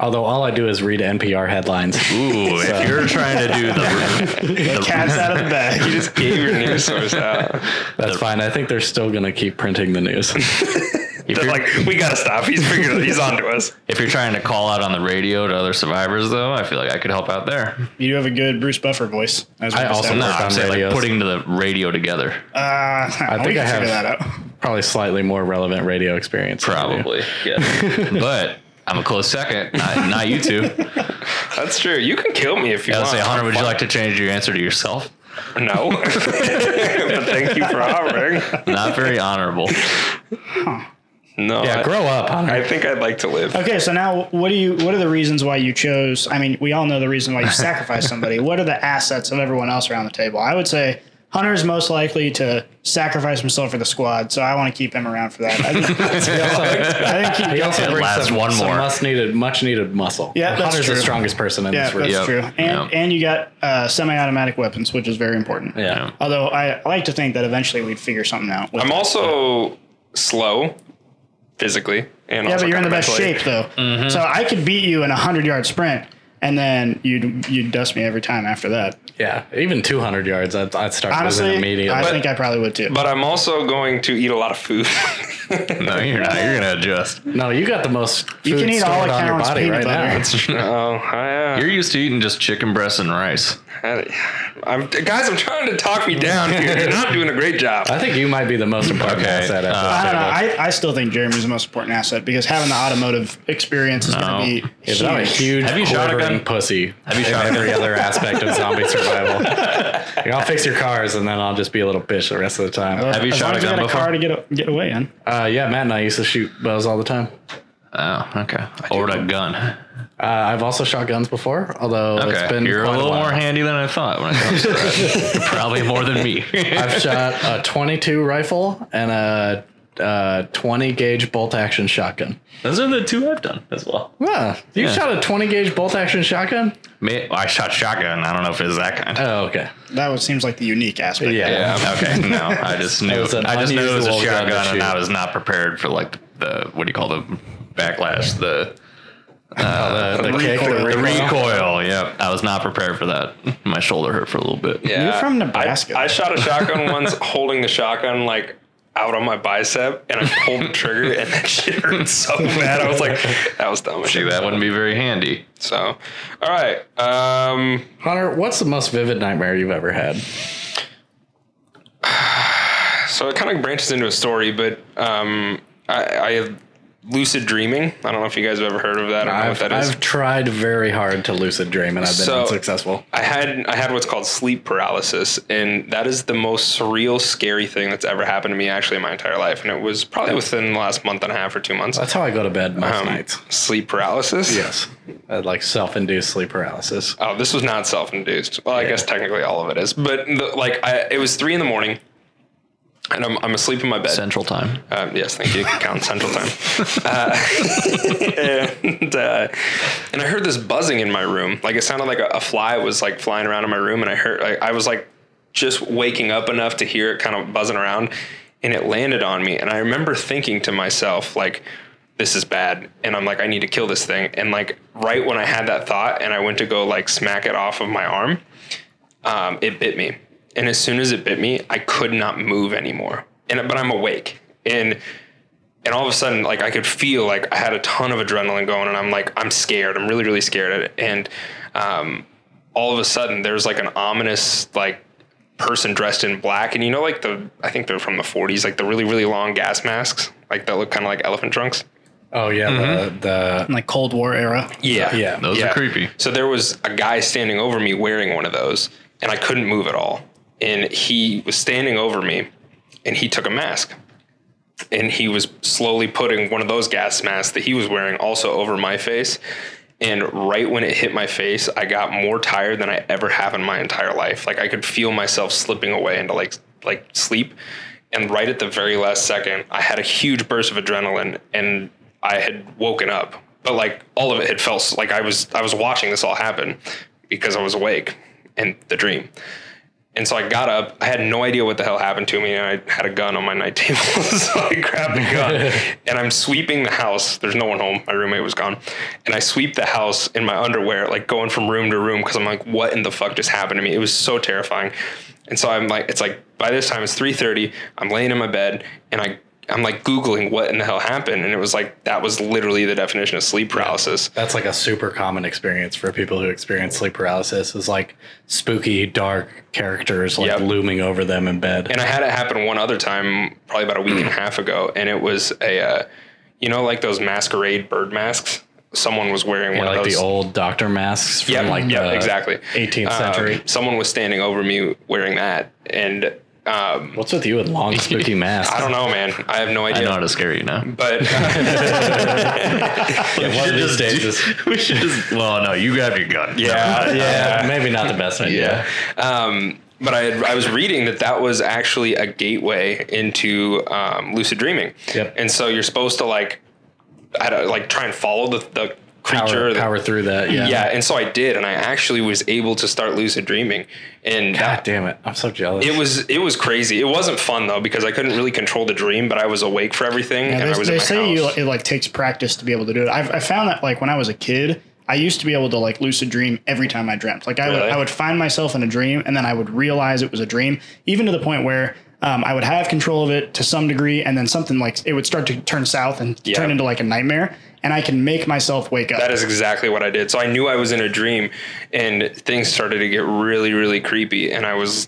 [SPEAKER 4] Although all I do is read NPR headlines.
[SPEAKER 2] Ooh, if you're trying to do the
[SPEAKER 3] The cat's out of the
[SPEAKER 1] you
[SPEAKER 3] bag.
[SPEAKER 1] just gave your news source out.
[SPEAKER 4] That's fine. I think they're still going to keep printing the news.
[SPEAKER 2] if
[SPEAKER 1] They're
[SPEAKER 2] you're,
[SPEAKER 1] like, we gotta stop. He's figured he's onto us.
[SPEAKER 2] if you're trying to call out on the radio to other survivors, though, I feel like I could help out there.
[SPEAKER 3] You do have a good Bruce Buffer voice. As we
[SPEAKER 4] I
[SPEAKER 3] just
[SPEAKER 4] also
[SPEAKER 3] have.
[SPEAKER 2] No,
[SPEAKER 4] Work
[SPEAKER 2] I'm
[SPEAKER 4] on
[SPEAKER 2] saying like
[SPEAKER 4] radios.
[SPEAKER 2] putting the radio together.
[SPEAKER 3] Uh, I
[SPEAKER 4] think
[SPEAKER 3] we can
[SPEAKER 4] I have-
[SPEAKER 3] figure that out.
[SPEAKER 4] Probably slightly more relevant radio experience. than I do.
[SPEAKER 2] Probably, yeah. but I'm a close second. Not, not you two.
[SPEAKER 1] That's true. You can kill me if you
[SPEAKER 2] I would
[SPEAKER 1] want.
[SPEAKER 2] say, Hunter, would you like to change your answer to yourself?
[SPEAKER 1] No. but thank you for offering.
[SPEAKER 2] Not very honorable.
[SPEAKER 1] No.
[SPEAKER 4] Yeah,
[SPEAKER 1] I-
[SPEAKER 4] grow up. Hunter.
[SPEAKER 1] I think I'd like to live.
[SPEAKER 3] Okay, so now what do you? What are the reasons why you chose? I mean, we all know the reason why you sacrificed somebody. What are the assets of everyone else around the table? I would say Hunter's most likely to sacrifice himself for the squad, so I want to keep him around for that. I think, I think he,
[SPEAKER 4] He also
[SPEAKER 2] It
[SPEAKER 4] brings
[SPEAKER 2] lasts
[SPEAKER 4] some,
[SPEAKER 2] one
[SPEAKER 4] some
[SPEAKER 2] more.
[SPEAKER 4] must needed, much needed muscle.
[SPEAKER 3] Yeah, that's
[SPEAKER 4] Hunter's
[SPEAKER 3] true.
[SPEAKER 4] the strongest person in
[SPEAKER 3] yeah,
[SPEAKER 4] this room.
[SPEAKER 3] that's
[SPEAKER 2] Yep.
[SPEAKER 3] true. And
[SPEAKER 2] Yep.
[SPEAKER 3] and you got uh, semi-automatic weapons, which is very important.
[SPEAKER 4] Yeah.
[SPEAKER 3] Although I I like to think that eventually we'd figure something out. With
[SPEAKER 1] I'm
[SPEAKER 3] that.
[SPEAKER 1] also slow physically. And
[SPEAKER 3] Yeah,
[SPEAKER 1] also
[SPEAKER 3] but you're in the best
[SPEAKER 1] mentally.
[SPEAKER 3] shape though. So I could beat you in a hundred yard sprint, and then you'd you'd dust me every time after that.
[SPEAKER 4] Yeah, even 200 yards, I'd, I'd start
[SPEAKER 3] Honestly,
[SPEAKER 4] losing immediately.
[SPEAKER 3] I
[SPEAKER 1] But-
[SPEAKER 3] think I probably would too.
[SPEAKER 1] But I'm also going to eat a lot of food.
[SPEAKER 2] No, you're not. You're gonna adjust.
[SPEAKER 4] no, you got the most food
[SPEAKER 3] You can eat all
[SPEAKER 4] stored on your
[SPEAKER 3] accounts,
[SPEAKER 4] body
[SPEAKER 3] peanut
[SPEAKER 4] right
[SPEAKER 3] butter.
[SPEAKER 4] now.
[SPEAKER 1] oh, uh, yeah.
[SPEAKER 2] You're used to eating just chicken breast and rice.
[SPEAKER 1] I'm, guys, I'm trying to talk me down here. You're not doing a great job.
[SPEAKER 4] I think you might be the most important
[SPEAKER 2] Okay,
[SPEAKER 4] asset. at
[SPEAKER 2] uh,
[SPEAKER 3] I
[SPEAKER 4] this
[SPEAKER 3] don't know.
[SPEAKER 4] table.
[SPEAKER 3] I, I still think Jeremy's the most important asset because having the automotive experience is
[SPEAKER 2] No.
[SPEAKER 3] going to be
[SPEAKER 4] If I'm a
[SPEAKER 3] huge.
[SPEAKER 4] huge
[SPEAKER 2] Have you shot a
[SPEAKER 4] quivering
[SPEAKER 2] gun?
[SPEAKER 4] pussy
[SPEAKER 2] Have you
[SPEAKER 4] in
[SPEAKER 2] shot a
[SPEAKER 4] every other aspect of zombie survival. Like, I'll fix your cars and then I'll just be a little bitch the rest of the time.
[SPEAKER 2] Have you
[SPEAKER 3] as
[SPEAKER 2] shot
[SPEAKER 3] long
[SPEAKER 2] a
[SPEAKER 3] as you
[SPEAKER 2] gun
[SPEAKER 3] got a
[SPEAKER 2] before?
[SPEAKER 3] car to get get away in.
[SPEAKER 4] Uh, yeah, Matt and I used to shoot bows all the time.
[SPEAKER 2] Oh, okay. Or a gun.
[SPEAKER 4] Uh, I've also shot guns before, although
[SPEAKER 2] Okay,
[SPEAKER 4] it's been
[SPEAKER 2] you're a
[SPEAKER 4] quite
[SPEAKER 2] little
[SPEAKER 4] while.
[SPEAKER 2] more handy than I thought when it comes to that. You're Probably more than me.
[SPEAKER 4] I've shot a 22 rifle and a, uh 20 gauge bolt action shotgun.
[SPEAKER 2] Those are the two I've done as well.
[SPEAKER 4] Huh, you
[SPEAKER 2] Yeah.
[SPEAKER 4] shot a 20 gauge bolt action shotgun?
[SPEAKER 2] May, well, I shot shotgun. I don't know if it's that kind.
[SPEAKER 4] Oh, okay.
[SPEAKER 3] That was, seems like the unique aspect.
[SPEAKER 4] Yeah.
[SPEAKER 2] yeah. Okay. No, I just knew.
[SPEAKER 4] was an
[SPEAKER 2] I just knew it was a
[SPEAKER 4] unusual gun to
[SPEAKER 2] shotgun, and
[SPEAKER 4] shoot.
[SPEAKER 2] I was not prepared for like the what do you call the backlash, Oh, the
[SPEAKER 4] Uh, the kick, the
[SPEAKER 3] recoil.
[SPEAKER 2] the
[SPEAKER 4] recoil.
[SPEAKER 2] recoil. Yep. I was not prepared for that. My shoulder hurt for a little bit.
[SPEAKER 1] Yeah.
[SPEAKER 3] You're from
[SPEAKER 1] I-
[SPEAKER 3] Nebraska.
[SPEAKER 1] I, shot a shotgun once, holding the shotgun like out on my bicep, and I pulled the trigger, and that shit hurt so bad. I was like, that was dumb. as
[SPEAKER 2] See,
[SPEAKER 1] shit.
[SPEAKER 2] that wouldn't be very handy.
[SPEAKER 1] So, all right. Um,
[SPEAKER 4] Hunter, what's the most vivid nightmare you've ever had?
[SPEAKER 1] so it kind of branches into a story, but um, I, I have lucid dreaming. I don't know if you guys have ever heard of that. I don't know
[SPEAKER 4] I've,
[SPEAKER 1] what that is.
[SPEAKER 4] I've tried very hard to lucid dream and I've been
[SPEAKER 1] So-
[SPEAKER 4] unsuccessful.
[SPEAKER 1] I had I had what's called sleep paralysis, and that is the most surreal, scary thing that's ever happened to me actually in my entire life. And it was probably within the last month and a half or two months.
[SPEAKER 4] That's how I go to bed most
[SPEAKER 1] Um,
[SPEAKER 4] nights.
[SPEAKER 1] Sleep paralysis.
[SPEAKER 4] Yes. I had, like self induced sleep paralysis.
[SPEAKER 1] Oh, this was not self-induced. Well, I guess technically all of it is, but the, like, I, it was three in the morning, and I'm, I'm asleep in my bed.
[SPEAKER 2] Central time.
[SPEAKER 1] Um, yes, thank you. Count Central Time. Uh, and uh, and I heard this buzzing in my room. Like it sounded like a, a fly was like flying around in my room, and I heard like I was like just waking up enough to hear it kind of buzzing around, and it landed on me. And I remember thinking to myself like. This is bad, and I'm like, I need to kill this thing. And like, right when I had that thought, and I went to go like smack it off of my arm, um, it bit me. And as soon as it bit me, I could not move anymore. And but I'm awake. And and all of a sudden, like I could feel like I had a ton of adrenaline going, and I'm like, I'm scared. I'm really, really scared. And um, all of a sudden, there's like an ominous like person dressed in black, and you know, like the I think they're from the 40s, like the really, really long gas masks, like that look kind of like elephant trunks.
[SPEAKER 4] Oh yeah,
[SPEAKER 1] Mm-hmm.
[SPEAKER 4] the,
[SPEAKER 3] in like Cold War era.
[SPEAKER 1] Yeah.
[SPEAKER 4] Yeah,
[SPEAKER 2] Those are creepy.
[SPEAKER 1] So there was a guy standing over me wearing one of those, and I couldn't move at all. And he was standing over me, and he took a mask. And he was slowly putting one of those gas masks that he was wearing also over my face. And right when it hit my face, I got more tired than I ever have in my entire life. Like I could feel myself slipping away into like like sleep. And right at the very last second, I had a huge burst of adrenaline and I had woken up. But like all of it had felt s- like I was I was watching this all happen because I was awake and the dream. And so I got up. I had no idea what the hell happened to me, and I had a gun on my night table. so I grabbed the gun, and I'm sweeping the house. There's no one home. My roommate was gone, and I sweep the house in my underwear, like going from room to room, because I'm like, what in the fuck just happened to me? It was so terrifying. And so I'm like, it's like by this time it's 3:30. I'm laying in my bed, and I I'm like googling what in the hell happened, and it was like that was literally the definition of sleep paralysis.
[SPEAKER 4] that's like a super common experience for people who experience sleep paralysis is like spooky dark characters like
[SPEAKER 1] Yep.
[SPEAKER 4] looming over them in bed
[SPEAKER 1] and I had it happen one other time, probably about a week and a half ago, and it was a, uh, you know, like those masquerade bird masks. Someone was wearing
[SPEAKER 4] Yeah,
[SPEAKER 1] one
[SPEAKER 4] like
[SPEAKER 1] of those.
[SPEAKER 4] the old doctor masks from
[SPEAKER 1] Yep,
[SPEAKER 4] like uh,
[SPEAKER 1] yep,
[SPEAKER 4] the
[SPEAKER 1] exactly.
[SPEAKER 4] 18th
[SPEAKER 1] Um,
[SPEAKER 4] century
[SPEAKER 1] someone was standing over me wearing that, and um,
[SPEAKER 4] what's with you with long spooky masks
[SPEAKER 1] I don't know, man. I have no
[SPEAKER 2] I
[SPEAKER 1] idea.
[SPEAKER 2] know how to scare you now.
[SPEAKER 1] but
[SPEAKER 4] one of these days is
[SPEAKER 2] we should just. Well, no, you grab your gun.
[SPEAKER 1] yeah, yeah.
[SPEAKER 4] maybe not the best idea
[SPEAKER 1] Yeah. Um, but I, had, I was reading that that was actually a gateway into um, lucid dreaming.
[SPEAKER 4] Yep.
[SPEAKER 1] And so you're supposed to like, I don't, like try and follow the, the
[SPEAKER 4] power,
[SPEAKER 1] creature. that-
[SPEAKER 4] power through that yeah
[SPEAKER 1] yeah. And so I did, and I actually was able to start lucid dreaming. And
[SPEAKER 4] god
[SPEAKER 1] that,
[SPEAKER 4] damn it i'm so jealous
[SPEAKER 1] it was it was crazy. It wasn't fun though because I couldn't really control the dream, but I was awake for everything,
[SPEAKER 3] Yeah,
[SPEAKER 1] and I
[SPEAKER 3] they
[SPEAKER 1] was
[SPEAKER 3] they
[SPEAKER 1] in my
[SPEAKER 3] say you,
[SPEAKER 1] house.
[SPEAKER 3] it like takes practice to be able to do it. I've, I found that like when I was a kid, I used to be able to like lucid dream every time I dreamt. Like I would,
[SPEAKER 1] Really?
[SPEAKER 3] I would find myself in a dream and then I would realize it was a dream, even to the point where um, I would have control of it to some degree, and then something like it would start to turn south and
[SPEAKER 1] Yeah.
[SPEAKER 3] turn into like a nightmare, and I can make myself wake up.
[SPEAKER 1] that is exactly what I did. So I knew I was in a dream, and things started to get really, really creepy. And I was,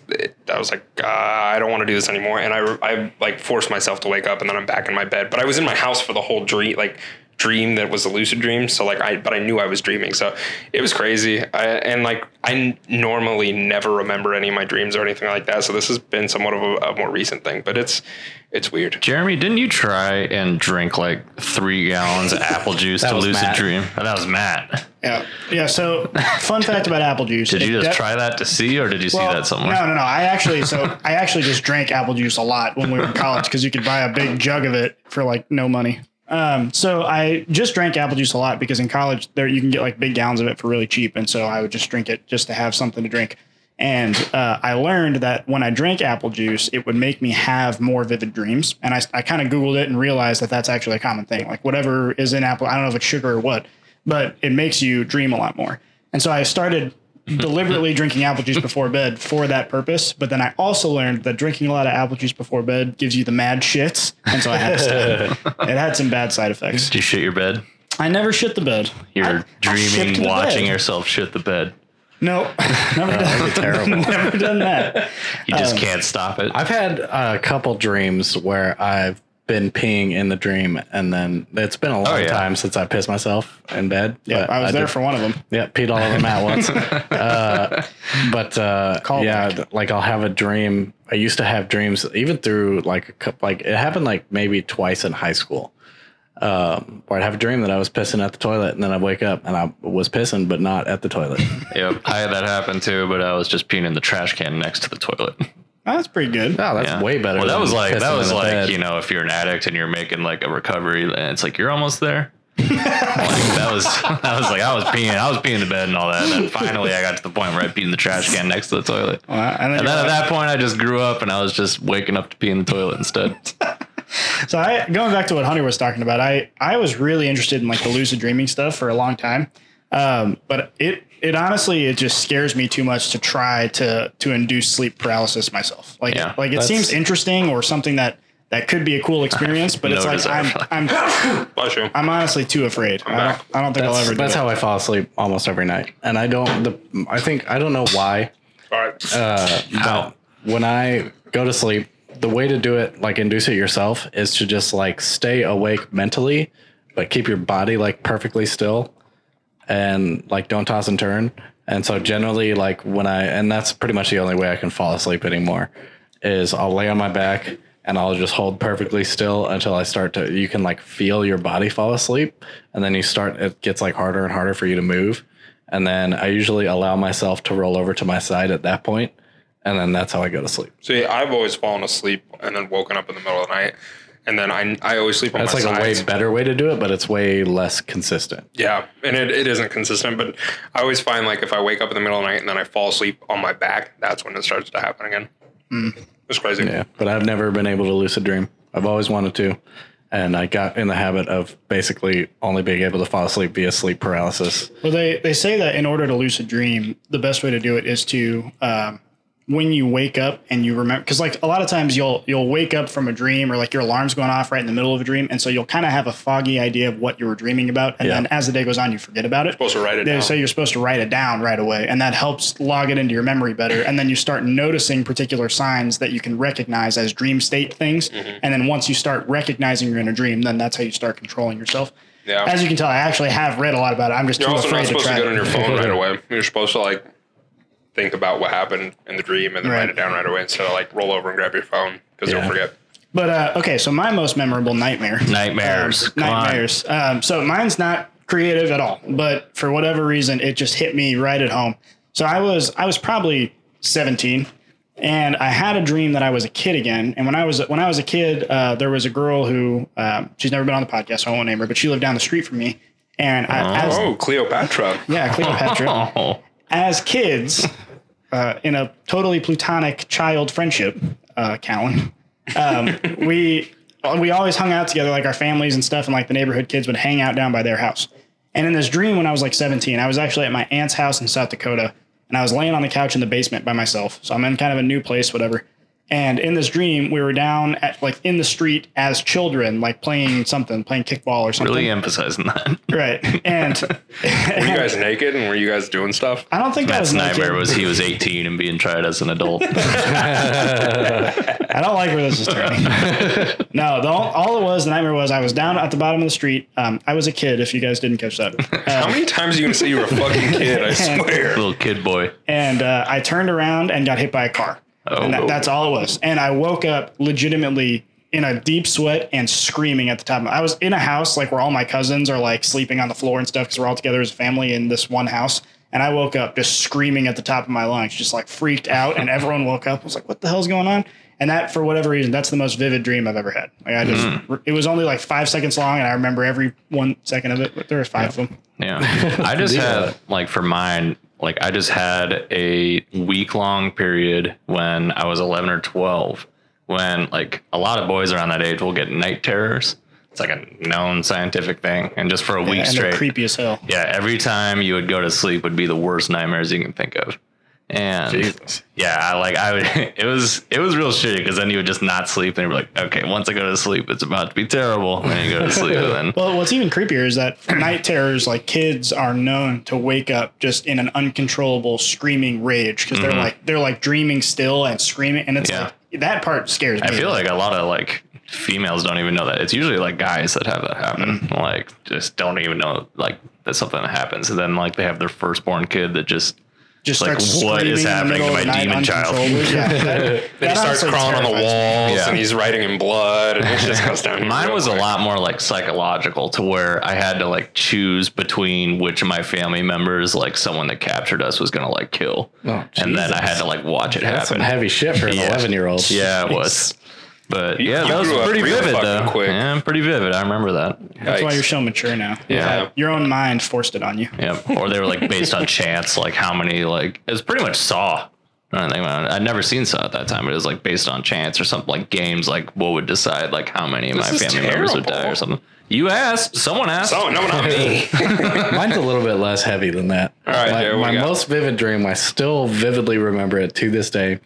[SPEAKER 1] I was like, uh, I don't want to do this anymore. And I, I like forced myself to wake up, and then I'm back in my bed. But I was in my house for the whole dream, like dream that was a lucid dream. So like I, but I knew I was dreaming. So it was crazy. I, and like I n- normally never remember any of my dreams or anything like that. So this has been somewhat of a, a more recent thing, but it's, it's weird.
[SPEAKER 2] Jeremy, didn't you try and drink like three gallons of apple juice to
[SPEAKER 4] was
[SPEAKER 2] lucid
[SPEAKER 4] Matt.
[SPEAKER 2] dream? Oh, that was Matt.
[SPEAKER 3] yeah. yeah. So, fun fact about apple juice:
[SPEAKER 2] Did you
[SPEAKER 3] it
[SPEAKER 2] just
[SPEAKER 3] def-
[SPEAKER 2] try that to see, or did you see
[SPEAKER 3] Well,
[SPEAKER 2] that somewhere?
[SPEAKER 3] No, no, no. I actually, so I actually just drank apple juice a lot when we were in college because you could buy a big jug of it for like no money. Um, so I just drank apple juice a lot because in college there you can get like big gallons of it for really cheap, and so I would just drink it just to have something to drink. And uh, I learned that when I drank apple juice, it would make me have more vivid dreams. And I, I kind of googled it and realized that that's actually a common thing. Like whatever is in apple, I don't know if it's sugar or what, but it makes you dream a lot more. And so I started deliberately drinking apple juice before bed for that purpose. But then I also learned that drinking a lot of apple juice before bed gives you the mad shits. And so I had to stop. it had some bad side effects.
[SPEAKER 2] Did you shit your bed?
[SPEAKER 3] I never shit the bed.
[SPEAKER 2] You're
[SPEAKER 3] I- I shit
[SPEAKER 2] dreaming,
[SPEAKER 3] the
[SPEAKER 2] watching
[SPEAKER 3] bed.
[SPEAKER 2] yourself shit the bed.
[SPEAKER 3] No, never done,
[SPEAKER 4] terrible
[SPEAKER 3] never done that. Um,
[SPEAKER 2] You just can't stop it.
[SPEAKER 4] I've had a couple dreams where I've been peeing in the dream, and then it's
[SPEAKER 1] Oh,
[SPEAKER 4] been a long
[SPEAKER 2] yeah.
[SPEAKER 4] time since I pissed myself in bed.
[SPEAKER 3] Yeah,
[SPEAKER 4] but
[SPEAKER 3] I was there
[SPEAKER 4] did-
[SPEAKER 3] for one of them.
[SPEAKER 4] yeah, peed all over Matt once. uh, but uh,
[SPEAKER 3] Call
[SPEAKER 4] yeah,
[SPEAKER 3] back.
[SPEAKER 4] like I'll have a dream. I used to have dreams even through like a couple, like it happened like maybe twice in high school. Um, where I'd have a dream that I was pissing at the toilet, and then I wake up and I was pissing, but not at the toilet.
[SPEAKER 2] yep, I had that happen too, but I was just peeing in the trash can next to the toilet.
[SPEAKER 3] That's pretty good.
[SPEAKER 4] Oh, that's
[SPEAKER 2] Yeah.
[SPEAKER 4] way better.
[SPEAKER 2] Well, that
[SPEAKER 4] than
[SPEAKER 2] was like that
[SPEAKER 4] pissing
[SPEAKER 2] was
[SPEAKER 4] in the
[SPEAKER 2] like
[SPEAKER 4] bed.
[SPEAKER 2] you know if you're an addict and you're making like a recovery, and it's like you're almost there. Like, that was I was like I was peeing I was peeing the bed and all that, and then finally I got to the point where I peed in the trash can next to the toilet.
[SPEAKER 3] Uh, and then
[SPEAKER 2] And
[SPEAKER 3] you're
[SPEAKER 2] then at
[SPEAKER 3] like-
[SPEAKER 2] that point I just grew up and I was just waking up to pee in the toilet instead.
[SPEAKER 3] So I going back to what Hunter was talking about, I I was really interested in like the lucid dreaming stuff for a long time. Um, but it it honestly it just scares me too much to try to to induce sleep paralysis myself. Like
[SPEAKER 2] Yeah,
[SPEAKER 3] like it seems interesting or something that that could be a cool experience, but
[SPEAKER 2] no
[SPEAKER 3] it's like
[SPEAKER 2] desire
[SPEAKER 3] I'm
[SPEAKER 2] for that.
[SPEAKER 3] I'm
[SPEAKER 1] Bless you.
[SPEAKER 3] I'm honestly too afraid. I
[SPEAKER 1] back.
[SPEAKER 3] don't, I don't think I'll
[SPEAKER 4] That's,
[SPEAKER 3] ever do
[SPEAKER 4] that's
[SPEAKER 3] it.
[SPEAKER 4] how I fall asleep almost every night. And I don't, the, I think, I don't know why.
[SPEAKER 1] All right.
[SPEAKER 4] But when uh, I go to sleep, the way to do it, like induce it yourself, is to just like stay awake mentally, but keep your body like perfectly still and like don't toss and turn. And so generally like when I and that's pretty much the only way I can fall asleep anymore is I'll lay on my back and I'll just hold perfectly still until I start to you can like feel your body fall asleep and then you start it gets like harder and harder for you to move. And then I usually allow myself to roll over to my side at that point, and then that's how I go to sleep.
[SPEAKER 1] See, I've always fallen asleep and then woken up in the middle of the night, and then I I always sleep on
[SPEAKER 4] That's
[SPEAKER 1] my
[SPEAKER 4] like a way
[SPEAKER 1] sides.
[SPEAKER 4] better way to do it, but it's way less consistent.
[SPEAKER 1] Yeah, and it, it isn't consistent, but I always find like if I wake up in the middle of the night and then I fall asleep on my back, that's when it starts to happen again.
[SPEAKER 3] Hmm.
[SPEAKER 1] It's crazy.
[SPEAKER 4] Yeah, but I've never been able to lucid dream. I've always wanted to, and I got in the habit of basically only being able to fall asleep via sleep paralysis.
[SPEAKER 3] Well, they, they say that in order to lucid dream, the best way to do it is to um, when you wake up and you remember because like a lot of times you'll you'll wake up from a dream or like your alarm's going off right in the middle of a dream, and so you'll kind of have a foggy idea of what you were dreaming about, and
[SPEAKER 4] Yeah.
[SPEAKER 3] then as the day goes on, you forget about it.
[SPEAKER 1] Supposed to write it
[SPEAKER 3] they
[SPEAKER 1] down.
[SPEAKER 3] say you're supposed to write it down right away, and that helps log it into your memory better, and then you start noticing particular signs that you can recognize as dream state things,
[SPEAKER 1] Mm-hmm.
[SPEAKER 3] and then once you start recognizing you're in a dream, then that's how you start controlling yourself.
[SPEAKER 1] Yeah.
[SPEAKER 3] As you can tell, I actually have read a lot about it. I'm just
[SPEAKER 1] You're
[SPEAKER 3] too
[SPEAKER 1] also
[SPEAKER 3] afraid
[SPEAKER 1] not
[SPEAKER 3] to
[SPEAKER 1] supposed to
[SPEAKER 3] try.
[SPEAKER 1] get
[SPEAKER 3] it.
[SPEAKER 1] on your phone right away. You're supposed to like think about what happened in the dream and then write
[SPEAKER 3] Right.
[SPEAKER 1] it down right away instead of like roll over and grab your phone because
[SPEAKER 4] Yeah.
[SPEAKER 1] you'll forget.
[SPEAKER 3] But uh, okay, so my most memorable nightmare.
[SPEAKER 2] Nightmares.
[SPEAKER 3] Um,
[SPEAKER 2] Come on.
[SPEAKER 3] nightmares. Um, so mine's not creative at all, but for whatever reason, it just hit me right at home. So I was I was probably 17, and I had a dream that I was a kid again. And when I was when I was a kid, uh, there was a girl who um, she's never been on the podcast, so I won't name her, but she lived down the street from me. And
[SPEAKER 2] Uh-huh.
[SPEAKER 3] I, as,
[SPEAKER 1] Oh, Cleopatra.
[SPEAKER 3] yeah, Cleopatra.
[SPEAKER 2] Oh,
[SPEAKER 3] as kids, uh, in a totally platonic child friendship, uh, Callan, um, we we always hung out together, like our families and stuff, and like the neighborhood kids would hang out down by their house. And in this dream, when I was like 17, I was actually at my aunt's house in South Dakota, and I was laying on the couch in the basement by myself. So I'm in kind of a new place, whatever. And in this dream, we were down at like in the street as children, like playing something, playing kickball or something.
[SPEAKER 2] really emphasizing that.
[SPEAKER 3] Right. And
[SPEAKER 1] Were you guys naked and were you guys doing stuff?
[SPEAKER 3] I don't think that
[SPEAKER 2] Matt's
[SPEAKER 3] was naked.
[SPEAKER 2] nightmare was he was 18 and being tried as an adult.
[SPEAKER 3] I don't like where this is turning. no, the, all, all it was, the nightmare was I was down at the bottom of the street. Um, I was a kid, if you guys didn't catch that.
[SPEAKER 1] How many times are you gonna say you were a fucking kid? I swear.
[SPEAKER 2] Little kid boy.
[SPEAKER 3] And uh, I turned around and got hit by a car. And that,
[SPEAKER 2] Oh.
[SPEAKER 3] that's all it was. And I woke up legitimately in a deep sweat and screaming at the top. Of my, I was in a house like where all my cousins are like sleeping on the floor and stuff because we're all together as a family in this one house. And I woke up just screaming at the top of my lungs, just like freaked out. And everyone woke up. I was like, "What the hell's going on?" And that, for whatever reason, that's the most vivid dream I've ever had. Like I just,
[SPEAKER 2] Mm.
[SPEAKER 3] it was only like five seconds long, and I remember every one second of it. But there was five of them.
[SPEAKER 2] Yeah. I just had like for mine, like I just had a week long period when I was 11 or 12 when like a lot of boys around that age will get night terrors. It's like a known scientific thing and just for a week
[SPEAKER 3] and
[SPEAKER 2] straight.
[SPEAKER 3] they're creepy as hell.
[SPEAKER 2] Yeah, every time you would go to sleep would be the worst nightmares you can think of. And
[SPEAKER 4] Jesus.
[SPEAKER 2] yeah, I like I would it was it was real shitty because then you would just not sleep and you were like, okay, once I go to sleep, it's about to be terrible. And then you go to sleep and then
[SPEAKER 3] Well, what's even creepier is that night terrors, like kids, are known to wake up just in an uncontrollable screaming rage because they're like they're like dreaming still and screaming, and it's
[SPEAKER 2] Mm-hmm. Yeah.
[SPEAKER 3] like that part scares me.
[SPEAKER 2] I feel like a lot of like females don't even know that. It's usually like guys that have that happen.
[SPEAKER 1] Mm-hmm.
[SPEAKER 2] Like just don't even know like that something happens. And then like they have their firstborn kid that just
[SPEAKER 3] just
[SPEAKER 2] like,
[SPEAKER 3] starts
[SPEAKER 2] what
[SPEAKER 3] screaming
[SPEAKER 2] is
[SPEAKER 3] in the
[SPEAKER 2] happening
[SPEAKER 3] middle
[SPEAKER 2] to
[SPEAKER 3] of
[SPEAKER 2] my
[SPEAKER 3] the night
[SPEAKER 2] demon child?
[SPEAKER 3] uncontrollably. Yeah, that-
[SPEAKER 1] Then he
[SPEAKER 3] that
[SPEAKER 1] starts
[SPEAKER 3] honestly
[SPEAKER 1] crawling on the
[SPEAKER 3] terrifies me.
[SPEAKER 1] walls
[SPEAKER 2] Yeah.
[SPEAKER 1] and he's writing in blood and it just goes down.
[SPEAKER 2] Mine
[SPEAKER 1] real
[SPEAKER 2] was a
[SPEAKER 1] quick.
[SPEAKER 2] lot more like psychological to where I had to like choose between which of my family members, like someone that captured us was gonna like kill.
[SPEAKER 4] Oh,
[SPEAKER 2] and then I had to like watch it
[SPEAKER 4] That's some
[SPEAKER 2] happen.
[SPEAKER 4] heavy shit for an
[SPEAKER 2] Yeah.
[SPEAKER 4] eleven year old.
[SPEAKER 2] yeah, it was. But yeah,
[SPEAKER 1] you
[SPEAKER 2] that was
[SPEAKER 1] grew up
[SPEAKER 2] pretty
[SPEAKER 1] really
[SPEAKER 2] vivid
[SPEAKER 1] fucking
[SPEAKER 2] though.
[SPEAKER 1] quick.
[SPEAKER 2] Yeah, pretty vivid. I remember that.
[SPEAKER 3] That's why
[SPEAKER 1] Yikes.
[SPEAKER 3] you're so mature now.
[SPEAKER 2] Yeah.
[SPEAKER 3] Your own mind forced it on you.
[SPEAKER 2] Yep. Or they were like based on chance, like how many like it was pretty much Saw. I don't think about it. I'd never seen Saw at that time, but it was like based on chance or something like games, like what would decide like how many of my
[SPEAKER 1] is
[SPEAKER 2] family members would die
[SPEAKER 1] terrible.
[SPEAKER 2] or something. You asked. Someone asked.
[SPEAKER 1] So Oh, no, not me.
[SPEAKER 4] Mine's a little bit less heavy than that. All
[SPEAKER 1] right,
[SPEAKER 4] my,
[SPEAKER 1] yeah, what
[SPEAKER 4] my
[SPEAKER 1] we got?
[SPEAKER 4] most vivid dream, I still vividly remember it to this day.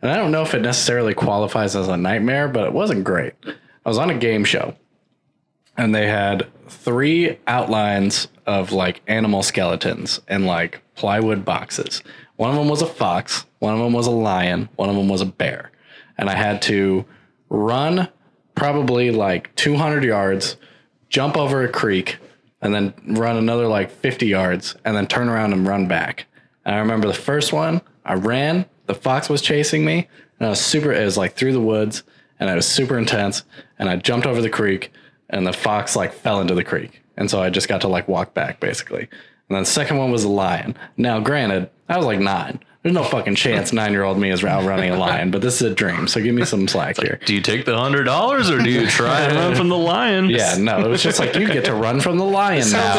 [SPEAKER 4] And I don't know if it necessarily qualifies as a nightmare, but it wasn't great. I was on a game show and they had three outlines of like animal skeletons in like plywood boxes. One of them was a fox, one of them was a lion, one of them was a bear. And I had to run probably like 200 yards jump over a creek, and then run another like 50 yards, and then turn around and run back. And I remember the first one, I ran, the fox was chasing me, and I was super, it was like through the woods, and I was super intense, and I jumped over the creek, and the fox like fell into the creek. And so I just got to like walk back basically. And then the second one was a lion. Now, granted, I was like nine. There's no fucking chance nine year old me is outrunning a lion, but this is a dream. So give me some slack here.
[SPEAKER 2] Do you take the hundred dollars or do you try and run from the lion?
[SPEAKER 4] Yeah, no, it was just like you get to run from the lion now.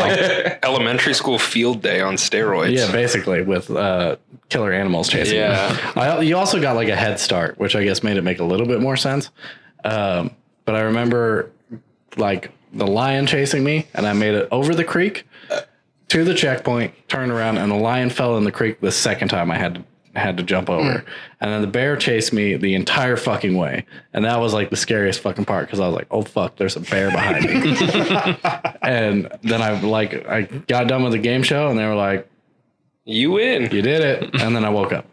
[SPEAKER 1] Elementary school field day on steroids.
[SPEAKER 4] yeah, basically with uh, killer animals chasing you.
[SPEAKER 1] Yeah.
[SPEAKER 4] I, you also got like a head start, which I guess made it make a little bit more sense. Um, but I remember like the lion chasing me, and I made it over the creek to the checkpoint, turned around, and the lion fell in the creek the second time I had to had to jump over. And then the bear chased me the entire fucking way. And that was like the scariest fucking part because I was like, oh fuck, there's a bear behind me. and then I like I got done with the game show and they were like,
[SPEAKER 1] You win.
[SPEAKER 4] you did it. And then I woke up.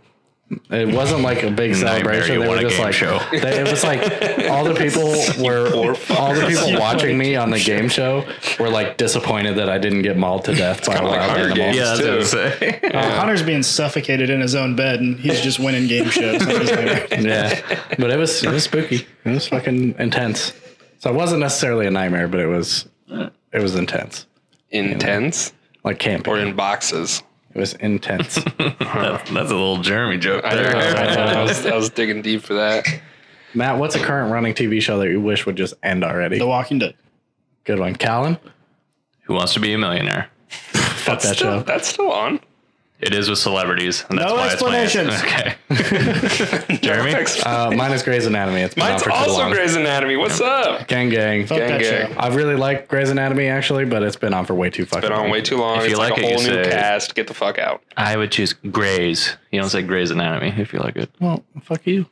[SPEAKER 4] It wasn't like a big celebration.
[SPEAKER 2] you
[SPEAKER 4] They
[SPEAKER 2] won
[SPEAKER 4] were
[SPEAKER 2] a
[SPEAKER 4] just
[SPEAKER 2] game
[SPEAKER 4] like,
[SPEAKER 2] show.
[SPEAKER 4] They, it was like all the people were, all the people watching me on the game show were like disappointed that I didn't get mauled to death by a
[SPEAKER 1] kinda like
[SPEAKER 4] wild
[SPEAKER 1] Hunger
[SPEAKER 4] animal.
[SPEAKER 1] Games.
[SPEAKER 2] yeah, that's what I was
[SPEAKER 1] Too.
[SPEAKER 2] saying.
[SPEAKER 3] Hunter's being suffocated in his own bed, and he's just winning game shows. on his neighbor.
[SPEAKER 4] Yeah, but it was it was spooky. It was fucking intense. So it wasn't necessarily a nightmare, but it was it was intense,
[SPEAKER 1] In tens
[SPEAKER 4] like camping.
[SPEAKER 1] or in boxes.
[SPEAKER 4] it was intense.
[SPEAKER 2] That's a little Jeremy joke
[SPEAKER 1] I,
[SPEAKER 2] there.
[SPEAKER 1] I was, I was digging deep for that.
[SPEAKER 4] Matt, what's a current running TV show that you wish would just end already?
[SPEAKER 3] The Walking Dead.
[SPEAKER 4] Good one, Callan.
[SPEAKER 2] Who wants to be a millionaire?
[SPEAKER 4] Fuck that
[SPEAKER 1] Still-
[SPEAKER 4] show.
[SPEAKER 1] that's still on.
[SPEAKER 2] It is with celebrities. And that's
[SPEAKER 3] No
[SPEAKER 2] why
[SPEAKER 3] explanations.
[SPEAKER 2] It's my answer. okay. Jeremy?
[SPEAKER 4] Uh, mine is Grey's Anatomy. It's been on
[SPEAKER 1] Mine's
[SPEAKER 4] for too
[SPEAKER 1] also
[SPEAKER 4] long.
[SPEAKER 1] Grey's Anatomy. What's up?
[SPEAKER 4] Gang gang.
[SPEAKER 3] Fuck
[SPEAKER 1] Gang,
[SPEAKER 3] that
[SPEAKER 1] gang.
[SPEAKER 3] show.
[SPEAKER 4] I really like Grey's Anatomy actually, but it's been on for way too fucking.
[SPEAKER 1] Been on
[SPEAKER 4] long.
[SPEAKER 1] way too long.
[SPEAKER 2] If you
[SPEAKER 1] it's like,
[SPEAKER 2] like
[SPEAKER 1] a
[SPEAKER 2] it, you
[SPEAKER 1] whole new
[SPEAKER 2] say-
[SPEAKER 1] cast. Get the fuck out.
[SPEAKER 2] I would choose Grey's. You don't say Grey's Anatomy if you like it.
[SPEAKER 4] Well, fuck you.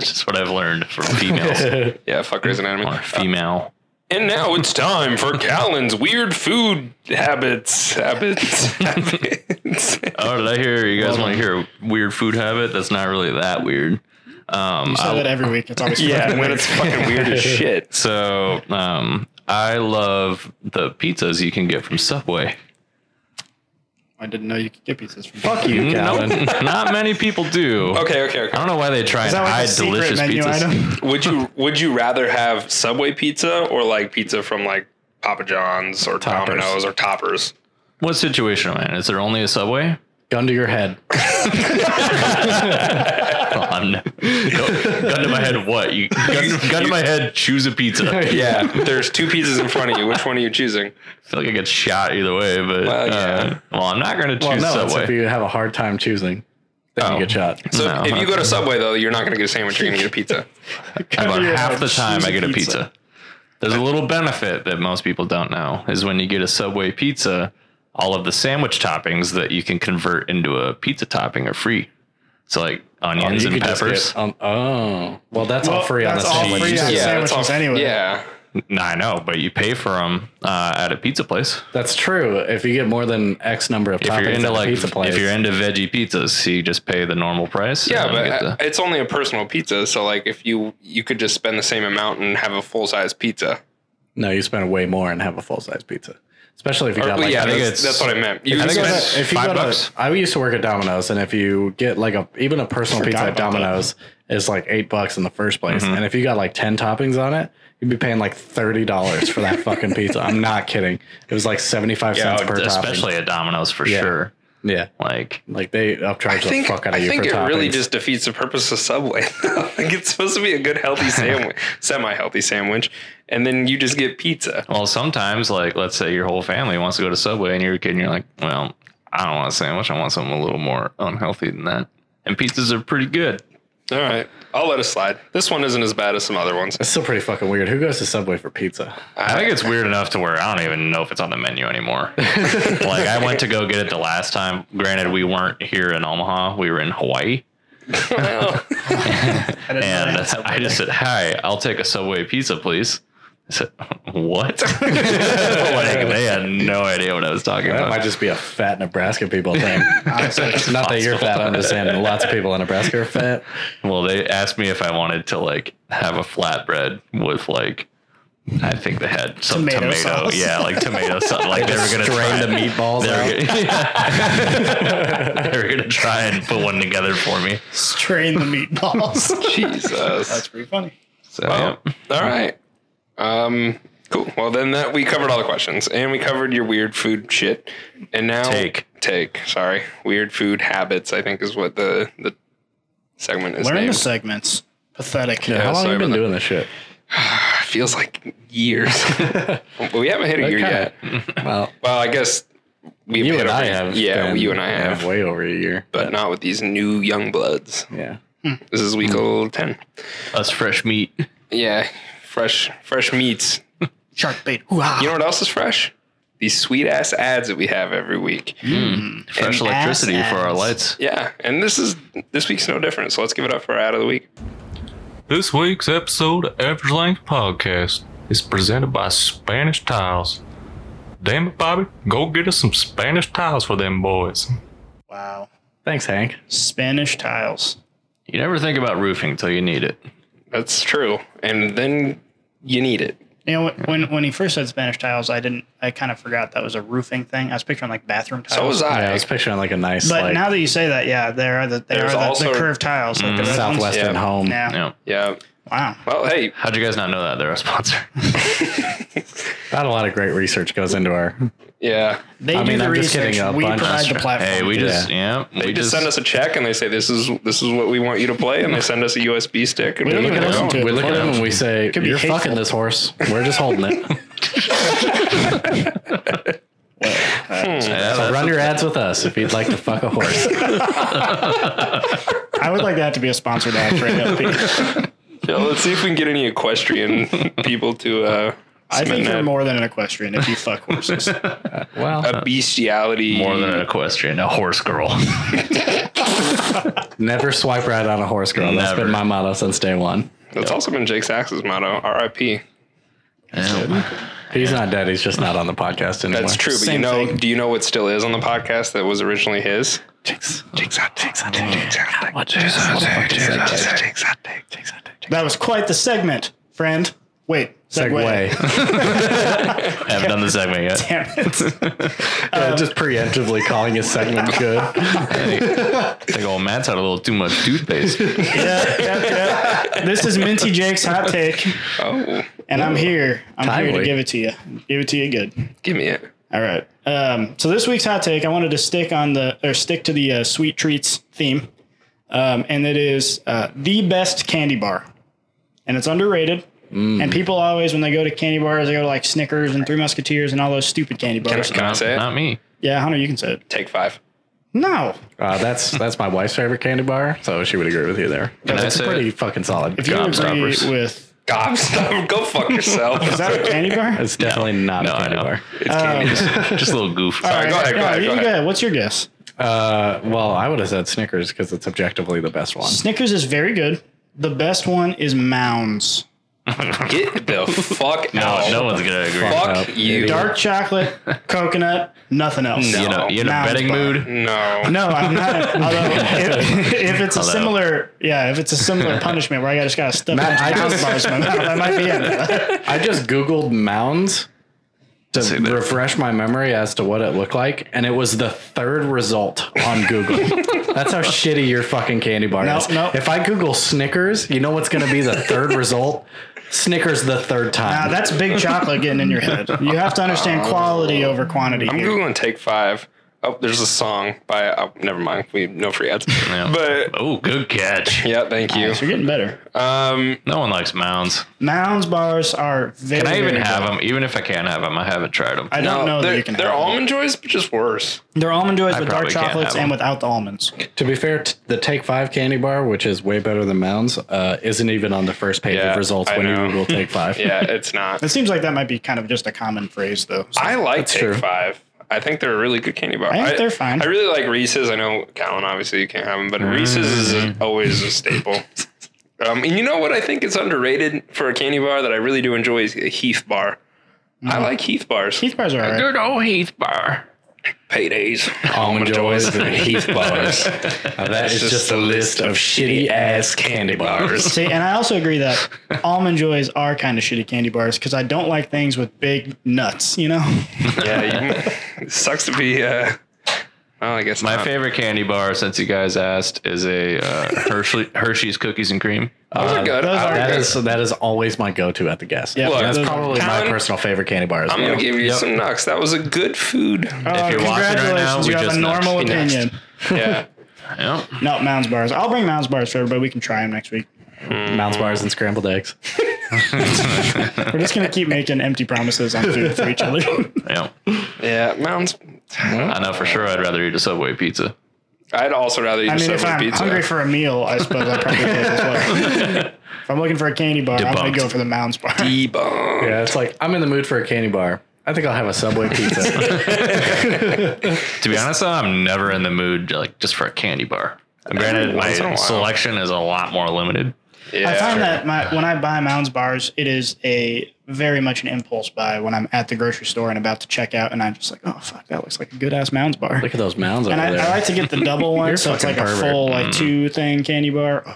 [SPEAKER 2] It's just what I've learned from females
[SPEAKER 1] Yeah, fuck Grey's Anatomy.
[SPEAKER 2] or female.
[SPEAKER 1] And now it's time for Callan's weird food habits. Habits. Habits.
[SPEAKER 2] Oh, did I hear you guys want to hear a weird food habit? That's not really that weird. Um,
[SPEAKER 3] Say that every week. It's always
[SPEAKER 1] yeah,
[SPEAKER 3] fucking
[SPEAKER 1] when
[SPEAKER 3] weird.
[SPEAKER 1] it's fucking weird as shit.
[SPEAKER 2] So um, I love the pizzas you can get from Subway.
[SPEAKER 3] I didn't know you could get pizzas from.
[SPEAKER 4] Fuck you, Callan.
[SPEAKER 2] Not many people do.
[SPEAKER 1] Okay, okay,
[SPEAKER 2] I
[SPEAKER 1] okay.
[SPEAKER 2] don't know why they try and
[SPEAKER 3] Is that like a
[SPEAKER 2] hide
[SPEAKER 3] secret
[SPEAKER 2] delicious
[SPEAKER 3] menu
[SPEAKER 2] pizzas.
[SPEAKER 3] item?
[SPEAKER 1] Would you would you rather have Subway pizza or like pizza from like Papa John's or
[SPEAKER 4] Toppers.
[SPEAKER 1] Domino's or Toppers?
[SPEAKER 2] What situation am I in? Is there only a Subway?
[SPEAKER 4] Gun to your head.
[SPEAKER 2] Um, no. Gun to my head, what? You, gun, gun to my head, choose a pizza. I
[SPEAKER 1] Yeah, there's two pizzas in front of you. Which one are you choosing?
[SPEAKER 2] feel like I get shot either way, but
[SPEAKER 1] Well,
[SPEAKER 2] well,
[SPEAKER 1] yeah.
[SPEAKER 2] well I'm not going to
[SPEAKER 4] Well,
[SPEAKER 2] choose
[SPEAKER 4] no, it's if
[SPEAKER 2] Subway.
[SPEAKER 4] you have a hard time choosing, then
[SPEAKER 2] Oh.
[SPEAKER 4] you get shot.
[SPEAKER 1] So
[SPEAKER 2] No.
[SPEAKER 1] if you go to Subway though, you're not gonna get a sandwich. You're gonna get a pizza.
[SPEAKER 2] About
[SPEAKER 3] Yeah,
[SPEAKER 2] half the
[SPEAKER 3] choose
[SPEAKER 2] time, I
[SPEAKER 3] a
[SPEAKER 2] get a
[SPEAKER 3] pizza.
[SPEAKER 2] pizza. There's a little benefit that most people don't know is when you get a Subway pizza, all of the sandwich toppings that you can convert into a pizza topping are free. So like onions
[SPEAKER 4] You
[SPEAKER 2] and
[SPEAKER 4] could just
[SPEAKER 2] peppers.
[SPEAKER 4] get- um, oh, well, that's all
[SPEAKER 3] Well,
[SPEAKER 4] free on the
[SPEAKER 3] that's all
[SPEAKER 4] sandwich.
[SPEAKER 3] free on
[SPEAKER 2] Yeah,
[SPEAKER 1] it's
[SPEAKER 3] sandwiches
[SPEAKER 1] all-
[SPEAKER 3] anyway.
[SPEAKER 1] Yeah,
[SPEAKER 2] No, I know, but you pay for them uh, at a pizza place.
[SPEAKER 4] That's true. If you get more than X number of
[SPEAKER 2] If
[SPEAKER 4] toppings
[SPEAKER 2] you're
[SPEAKER 4] at
[SPEAKER 2] into
[SPEAKER 4] a
[SPEAKER 2] like,
[SPEAKER 4] pizza place,
[SPEAKER 2] if you're into veggie pizzas, you just pay the normal price. and
[SPEAKER 1] yeah,
[SPEAKER 2] then get the-
[SPEAKER 1] but uh, it's only a personal pizza. So like, if you you could just spend the same amount and have a full size pizza.
[SPEAKER 4] no, you spend way more and have a full size pizza. Especially if you
[SPEAKER 1] Or-
[SPEAKER 4] got
[SPEAKER 1] well,
[SPEAKER 4] like
[SPEAKER 1] yeah,
[SPEAKER 4] a-
[SPEAKER 1] that's,
[SPEAKER 2] it's-
[SPEAKER 1] that's what I meant. You
[SPEAKER 4] I
[SPEAKER 1] could
[SPEAKER 4] think
[SPEAKER 1] spend-
[SPEAKER 4] it's- if you
[SPEAKER 2] five
[SPEAKER 4] go
[SPEAKER 2] bucks.
[SPEAKER 4] to, I used to work at Domino's, and if you get like a even a personal pizza at
[SPEAKER 3] about that.
[SPEAKER 4] Domino's is like eight bucks in the first place, and if you got like ten toppings on it, you'd be paying like thirty dollars for that fucking pizza. I'm not kidding. It was like seventy five cents per
[SPEAKER 2] especially at Domino's for sure.
[SPEAKER 4] topping. Yeah,
[SPEAKER 2] Like
[SPEAKER 4] like they upcharge
[SPEAKER 1] I think,
[SPEAKER 4] the fuck out of
[SPEAKER 1] I
[SPEAKER 4] you
[SPEAKER 1] think
[SPEAKER 4] for
[SPEAKER 1] it really
[SPEAKER 4] toppings.
[SPEAKER 1] just defeats the purpose of Subway. like it's supposed to be a good healthy sandwich, semi-healthy sandwich, and then you just get pizza.
[SPEAKER 2] Well, sometimes, like, let's say your whole family wants to go to Subway and you're a kid and you're like, well, I don't want a sandwich. I want something a little more unhealthy than that. And pizzas are pretty good.
[SPEAKER 1] All right, I'll let it slide. This one isn't as bad as some other ones.
[SPEAKER 4] It's still pretty fucking weird. Who goes to Subway for pizza?
[SPEAKER 2] I think it's weird enough to where I don't even know if it's on the menu anymore. like, I went to go get it the last time. Granted, we weren't here in Omaha, we were in Hawaii.
[SPEAKER 1] Oh,
[SPEAKER 3] I didn't know
[SPEAKER 2] And uh,
[SPEAKER 3] that.
[SPEAKER 2] I just said, hi, I'll take a Subway pizza, please. I said, what? like, they had no idea what I was talking
[SPEAKER 4] That
[SPEAKER 2] about.
[SPEAKER 4] might just be a fat Nebraska people thing.
[SPEAKER 3] Honestly,
[SPEAKER 4] Not that you're fat. I'm just saying lots of people in Nebraska are fat.
[SPEAKER 2] Well, they asked me if I wanted to like have a flatbread with like I think they had some
[SPEAKER 3] Tomato
[SPEAKER 2] tomato,
[SPEAKER 3] sauce.
[SPEAKER 2] yeah, like tomato sauce. Like they were gonna try
[SPEAKER 5] Drain the
[SPEAKER 2] and-
[SPEAKER 5] meatballs
[SPEAKER 2] They
[SPEAKER 5] out.
[SPEAKER 2] were, gonna, Yeah. they were gonna try and put one together for me.
[SPEAKER 3] Strain the meatballs.
[SPEAKER 1] Jesus.
[SPEAKER 3] That's pretty funny.
[SPEAKER 2] So
[SPEAKER 1] Well, all right. Um, cool. Well, then that we covered all the questions, and we covered your weird food shit, and now
[SPEAKER 2] Take.
[SPEAKER 1] take. Sorry, weird food habits. I think is what the the segment is
[SPEAKER 3] Learn the
[SPEAKER 1] named.
[SPEAKER 3] segments. Pathetic.
[SPEAKER 4] Yeah, how long
[SPEAKER 1] sorry
[SPEAKER 4] you been
[SPEAKER 1] about that.
[SPEAKER 4] doing this shit?
[SPEAKER 1] It feels like years. well, we haven't hit a year
[SPEAKER 4] Okay.
[SPEAKER 1] yet.
[SPEAKER 4] Well,
[SPEAKER 1] Well, I guess we've
[SPEAKER 4] you
[SPEAKER 1] hit
[SPEAKER 4] and
[SPEAKER 1] over-
[SPEAKER 4] I have.
[SPEAKER 1] Yeah,
[SPEAKER 4] been-
[SPEAKER 1] you and I have,
[SPEAKER 4] way over a year.
[SPEAKER 1] but not with these new young bloods.
[SPEAKER 4] yeah,
[SPEAKER 1] This is
[SPEAKER 4] Hmm.
[SPEAKER 1] week old ten.
[SPEAKER 2] us fresh meat.
[SPEAKER 1] Yeah, fresh fresh meats.
[SPEAKER 3] Shark bait. ah. Hoo-ha.
[SPEAKER 1] You know what else is fresh? These sweet ass ads that we have every week.
[SPEAKER 2] Fresh
[SPEAKER 3] And
[SPEAKER 2] electricity
[SPEAKER 3] ass
[SPEAKER 2] for our
[SPEAKER 3] ads.
[SPEAKER 2] lights.
[SPEAKER 1] Yeah, and this is this week's no different. So let's give it up for our ad of the week.
[SPEAKER 2] This week's episode of Average Length Podcast is presented by Spanish Tiles. Damn it, Bobby, go get us some Spanish tiles for them boys.
[SPEAKER 3] wow.
[SPEAKER 4] thanks, Hank.
[SPEAKER 3] Spanish tiles.
[SPEAKER 2] You never think about roofing until you need it.
[SPEAKER 1] That's true. And then you need it.
[SPEAKER 3] You know, when when he first said Spanish tiles, I didn't. I kind of forgot that was a roofing thing. I was picturing like bathroom tiles.
[SPEAKER 1] So was I.
[SPEAKER 4] Oh, Yeah, I was picturing like a nice
[SPEAKER 3] But
[SPEAKER 4] like
[SPEAKER 3] now that you say that, yeah, they are the they are
[SPEAKER 1] There's
[SPEAKER 3] the,
[SPEAKER 1] also-
[SPEAKER 3] the curved tiles, like the red ones.
[SPEAKER 4] southwestern
[SPEAKER 1] Yeah.
[SPEAKER 4] home.
[SPEAKER 3] Yeah.
[SPEAKER 2] Yeah.
[SPEAKER 1] Yeah.
[SPEAKER 3] Wow.
[SPEAKER 1] Well, hey,
[SPEAKER 2] How'd you guys not know that? They're a sponsor.
[SPEAKER 4] Not a lot of great research goes into our.
[SPEAKER 1] yeah.
[SPEAKER 3] They
[SPEAKER 4] I
[SPEAKER 3] do
[SPEAKER 4] mean,
[SPEAKER 3] the
[SPEAKER 4] I'm just
[SPEAKER 3] research.
[SPEAKER 4] getting a
[SPEAKER 3] we
[SPEAKER 4] bunch.
[SPEAKER 3] provide the platform.
[SPEAKER 2] hey, we just yeah,
[SPEAKER 1] They
[SPEAKER 2] we
[SPEAKER 1] just send us a check and they say this is this is what we want you to play, and they send us a USB stick. And
[SPEAKER 3] We don't
[SPEAKER 1] we
[SPEAKER 3] even
[SPEAKER 1] go.
[SPEAKER 3] listen to it.
[SPEAKER 4] We look at him and we say,
[SPEAKER 3] be
[SPEAKER 4] "You're
[SPEAKER 3] hateful.
[SPEAKER 4] fucking this horse. We're just holding it.
[SPEAKER 2] yeah,
[SPEAKER 4] So
[SPEAKER 2] that's-
[SPEAKER 4] run your ads with us if you'd like to fuck a horse."
[SPEAKER 3] I would like that to be a sponsored ad for NFP.
[SPEAKER 1] Yeah, let's see if we can get any equestrian people to. uh
[SPEAKER 3] I think
[SPEAKER 1] submit
[SPEAKER 3] you're
[SPEAKER 1] that.
[SPEAKER 3] more than an equestrian if you fuck horses.
[SPEAKER 4] Well,
[SPEAKER 1] a bestiality.
[SPEAKER 2] more than an equestrian, a horse girl.
[SPEAKER 4] never swipe right on a horse, girl. That's
[SPEAKER 2] Never.
[SPEAKER 4] been my motto since day one.
[SPEAKER 1] That's also been Jake Sachs's motto. R.I.P.
[SPEAKER 2] Yeah.
[SPEAKER 4] He's not dead. He's just not on the podcast anymore.
[SPEAKER 1] That's true, but you
[SPEAKER 3] Same
[SPEAKER 1] know,
[SPEAKER 3] thing.
[SPEAKER 1] do you know what still is on the podcast that was originally his?
[SPEAKER 3] that was quite the segment, friend. Wait, segue.
[SPEAKER 4] Segway.
[SPEAKER 2] I haven't done the segment yet.
[SPEAKER 3] Damn it.
[SPEAKER 4] Yeah, just preemptively calling his segment good.
[SPEAKER 2] I think old Matt's had a little too much toothpaste.
[SPEAKER 3] yeah, yeah, yeah. This is Minty Jake's hot take,
[SPEAKER 1] Oh,
[SPEAKER 3] and I'm here. I'm here
[SPEAKER 4] Timely.
[SPEAKER 3] to give it to you. Give it to you good.
[SPEAKER 1] give me it.
[SPEAKER 3] All right. Um, so this week's hot take, I wanted to stick on the or stick to the uh, sweet treats theme, um, and it is uh, the best candy bar, and it's underrated. And people always, when they go to candy bars, they go to like Snickers and Three Musketeers and all those stupid candy
[SPEAKER 1] Can I,
[SPEAKER 3] bars.
[SPEAKER 1] can I say it?
[SPEAKER 2] Not me.
[SPEAKER 3] Yeah, Hunter, you can say it.
[SPEAKER 1] Take five.
[SPEAKER 3] No,
[SPEAKER 4] Uh, that's that's my wife's favorite candy bar, so she would agree with you there.
[SPEAKER 2] I
[SPEAKER 4] It's
[SPEAKER 2] say
[SPEAKER 4] pretty
[SPEAKER 2] it?
[SPEAKER 4] fucking solid.
[SPEAKER 3] if you agree
[SPEAKER 2] Gobstoppers.
[SPEAKER 3] with
[SPEAKER 1] Gobstop, go fuck yourself.
[SPEAKER 3] is that a candy bar? Oh,
[SPEAKER 4] It's definitely not
[SPEAKER 2] No,
[SPEAKER 4] a
[SPEAKER 2] I
[SPEAKER 4] candy
[SPEAKER 2] know.
[SPEAKER 4] bar.
[SPEAKER 2] Just a little goof.
[SPEAKER 3] All
[SPEAKER 1] go ahead, go
[SPEAKER 3] yeah,
[SPEAKER 1] ahead,
[SPEAKER 3] you
[SPEAKER 1] go
[SPEAKER 3] can
[SPEAKER 1] ahead.
[SPEAKER 3] What's your guess?
[SPEAKER 4] Uh, well, I would have said Snickers because it's objectively the best one.
[SPEAKER 3] Snickers is very good. The best one is Mounds.
[SPEAKER 1] Get the fuck
[SPEAKER 2] No,
[SPEAKER 1] out.
[SPEAKER 2] no one's gonna agree.
[SPEAKER 1] Fuck
[SPEAKER 4] Up,
[SPEAKER 1] you.
[SPEAKER 4] idiot.
[SPEAKER 3] Dark chocolate, coconut, nothing else.
[SPEAKER 1] No.
[SPEAKER 2] You know, you in a
[SPEAKER 3] Mounds
[SPEAKER 2] betting
[SPEAKER 3] bar.
[SPEAKER 2] mood.
[SPEAKER 1] No.
[SPEAKER 3] No, I'm not. Although, if, if it's a
[SPEAKER 2] Although.
[SPEAKER 3] similar, yeah, if it's a similar punishment where I just got to stuff
[SPEAKER 4] Matt, I
[SPEAKER 3] a bunch of
[SPEAKER 4] just-
[SPEAKER 3] bars in Uh, my mouth, that might be it.
[SPEAKER 4] I just Googled mounds to
[SPEAKER 2] See that.
[SPEAKER 4] refresh my memory as to what it looked like, and it was the third result on Google. That's how shitty your fucking candy bar
[SPEAKER 3] Nope,
[SPEAKER 4] is.
[SPEAKER 3] nope.
[SPEAKER 4] If I Google Snickers, you know what's going to be the third result? Snickers the third
[SPEAKER 3] Now,
[SPEAKER 4] time.
[SPEAKER 3] that's big chocolate getting in your head. You have to understand quality over quantity.
[SPEAKER 1] I'm
[SPEAKER 3] here.
[SPEAKER 1] Googling Take Five. Oh, there's a song by, oh, never mind. We No free ads.
[SPEAKER 2] Yeah.
[SPEAKER 1] But,
[SPEAKER 2] Oh, good catch.
[SPEAKER 1] yeah, thank you.
[SPEAKER 3] So you're getting better.
[SPEAKER 1] Um,
[SPEAKER 2] No one likes mounds.
[SPEAKER 3] Mounds bars are very.
[SPEAKER 2] Can I even
[SPEAKER 3] very
[SPEAKER 2] have
[SPEAKER 3] good.
[SPEAKER 2] them? Even if I can't have them, I haven't tried them.
[SPEAKER 3] I
[SPEAKER 1] no,
[SPEAKER 3] don't know that
[SPEAKER 1] they're,
[SPEAKER 3] you can.
[SPEAKER 1] they're
[SPEAKER 3] have them.
[SPEAKER 1] almond joys, but just worse.
[SPEAKER 3] They're almond joys with dark
[SPEAKER 2] probably can't
[SPEAKER 3] chocolates
[SPEAKER 2] have
[SPEAKER 3] and
[SPEAKER 2] them.
[SPEAKER 3] without the almonds.
[SPEAKER 4] to be fair, t- the Take Five candy bar, which is way better than mounds, uh, isn't even on the first page
[SPEAKER 1] Yeah,
[SPEAKER 4] of results
[SPEAKER 1] I
[SPEAKER 4] when
[SPEAKER 1] know.
[SPEAKER 4] you Google Take Five.
[SPEAKER 1] Yeah, it's not.
[SPEAKER 3] It seems like that might be kind of just a common phrase, though. So-
[SPEAKER 1] I like
[SPEAKER 4] That's
[SPEAKER 1] Take
[SPEAKER 4] true.
[SPEAKER 1] Five. I think they're a really good candy bar.
[SPEAKER 3] I think they're fine.
[SPEAKER 1] I really like Reese's. I know Callan obviously you can't have them, but Reese's is a-
[SPEAKER 3] Mm-hmm.
[SPEAKER 1] always a staple. Um, and you know what I think is underrated for a candy bar that I really do
[SPEAKER 3] Mm-hmm.
[SPEAKER 1] enjoy is a Heath bar. I like Heath bars.
[SPEAKER 3] Heath bars are alright.
[SPEAKER 2] Good old Heath bar.
[SPEAKER 1] Paydays.
[SPEAKER 4] Almond joys and Heath bars. Now that is
[SPEAKER 1] just
[SPEAKER 4] just
[SPEAKER 1] a
[SPEAKER 4] a list of shitty ass candy bars.
[SPEAKER 3] See, and I also agree that almond joys are kind of shitty candy bars because I don't like things with big nuts. You know,
[SPEAKER 1] yeah, you, it sucks to be. Uh, well, I guess
[SPEAKER 2] My
[SPEAKER 1] not.
[SPEAKER 2] favorite candy bar, since you guys asked, is a uh, Hershey, Hershey's cookies and cream.
[SPEAKER 1] Those are good.
[SPEAKER 3] uh, those
[SPEAKER 1] I
[SPEAKER 3] are
[SPEAKER 1] like
[SPEAKER 4] That
[SPEAKER 1] those.
[SPEAKER 4] is that is always my go to at the gas.
[SPEAKER 3] Yeah,
[SPEAKER 4] Yeah,
[SPEAKER 1] Look,
[SPEAKER 4] that's
[SPEAKER 3] those-
[SPEAKER 4] probably my
[SPEAKER 1] Colin-
[SPEAKER 4] personal favorite candy bar. As
[SPEAKER 1] I'm
[SPEAKER 4] well.
[SPEAKER 1] gonna give you
[SPEAKER 2] Yep.
[SPEAKER 1] some knocks. That was a good food.
[SPEAKER 3] Oh,
[SPEAKER 2] you're watching right now,
[SPEAKER 3] congratulations,
[SPEAKER 2] we
[SPEAKER 3] you have
[SPEAKER 2] just
[SPEAKER 3] a normal
[SPEAKER 2] nudged.
[SPEAKER 3] opinion.
[SPEAKER 1] Yeah,
[SPEAKER 2] Yep.
[SPEAKER 3] No, Mounds bars. I'll bring Mounds bars for everybody. We can try them next week.
[SPEAKER 4] Mounds bars and scrambled eggs.
[SPEAKER 3] We're just gonna keep making empty promises on food for each other.
[SPEAKER 2] Yep.
[SPEAKER 1] yeah. Mounds.
[SPEAKER 2] I know for sure I'd rather eat a Subway pizza.
[SPEAKER 1] I'd also rather eat
[SPEAKER 3] I mean,
[SPEAKER 1] a
[SPEAKER 3] if
[SPEAKER 1] Subway
[SPEAKER 3] I'm
[SPEAKER 1] pizza.
[SPEAKER 3] hungry for a meal, I suppose I probably feel this way. If I'm looking for a candy bar, I'm gonna
[SPEAKER 2] Debunked.
[SPEAKER 3] go for the Mounds bar.
[SPEAKER 1] Debunk.
[SPEAKER 4] Yeah, it's like I'm in the mood for a candy bar. I think I'll have a Subway pizza.
[SPEAKER 2] To be honest, though, I'm never in the mood like just for a candy bar. Granted,
[SPEAKER 1] once in a
[SPEAKER 2] my
[SPEAKER 1] while.
[SPEAKER 2] selection is a lot more limited.
[SPEAKER 1] Yeah.
[SPEAKER 3] I find that my, when I buy Mounds bars, it is a very much an impulse buy when I'm at the grocery store and about to check out, and I'm just like, oh fuck, that looks like a good ass Mounds bar.
[SPEAKER 4] Look at those mounds over
[SPEAKER 3] And I,
[SPEAKER 4] there.
[SPEAKER 3] I like to get the double one, so it's like
[SPEAKER 4] fucking
[SPEAKER 3] a
[SPEAKER 4] pervert.
[SPEAKER 3] full like two thing candy bar. Oh,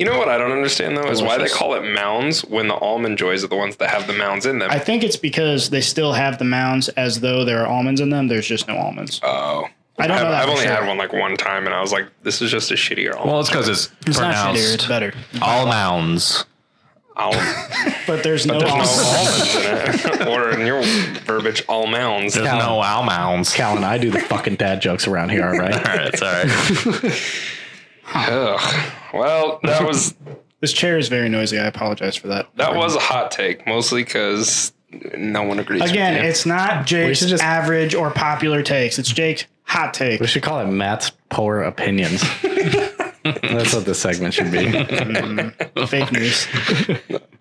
[SPEAKER 1] You know what I don't understand though is why they
[SPEAKER 4] Delicious.
[SPEAKER 1] call it mounds when the almond joys are the ones that have the mounds in them.
[SPEAKER 3] I think it's because they still have the mounds as though there are almonds in them. There's just no almonds.
[SPEAKER 1] oh.
[SPEAKER 3] I don't
[SPEAKER 1] I've,
[SPEAKER 3] know. That
[SPEAKER 1] I've
[SPEAKER 3] for
[SPEAKER 1] only
[SPEAKER 3] sure.
[SPEAKER 1] had one like one time, and I was like, "This is just a shittier almond."
[SPEAKER 2] Well, it's because it's,
[SPEAKER 3] It's not shittier. It's
[SPEAKER 2] pronounced
[SPEAKER 3] better.
[SPEAKER 2] all mounds.
[SPEAKER 1] Almond.
[SPEAKER 3] But there's no
[SPEAKER 1] There's no
[SPEAKER 3] almonds.
[SPEAKER 1] almonds in it, or in your verbiage, all mounds.
[SPEAKER 2] There's
[SPEAKER 4] Calum.
[SPEAKER 2] no owl mounds.
[SPEAKER 4] Callan, I do the fucking dad jokes around here, all right?
[SPEAKER 2] All right, it's all right.
[SPEAKER 1] Ugh. Well, that was
[SPEAKER 3] This chair is very noisy. I apologize for that.
[SPEAKER 1] that was a hot take, mostly because no one agrees. with
[SPEAKER 3] Again,
[SPEAKER 1] you.
[SPEAKER 3] it's not Jake's
[SPEAKER 4] should just-
[SPEAKER 3] average or popular takes. It's Jake's hot take.
[SPEAKER 4] We should call it Matt's poor opinions. That's what this segment should be.
[SPEAKER 3] Fake news.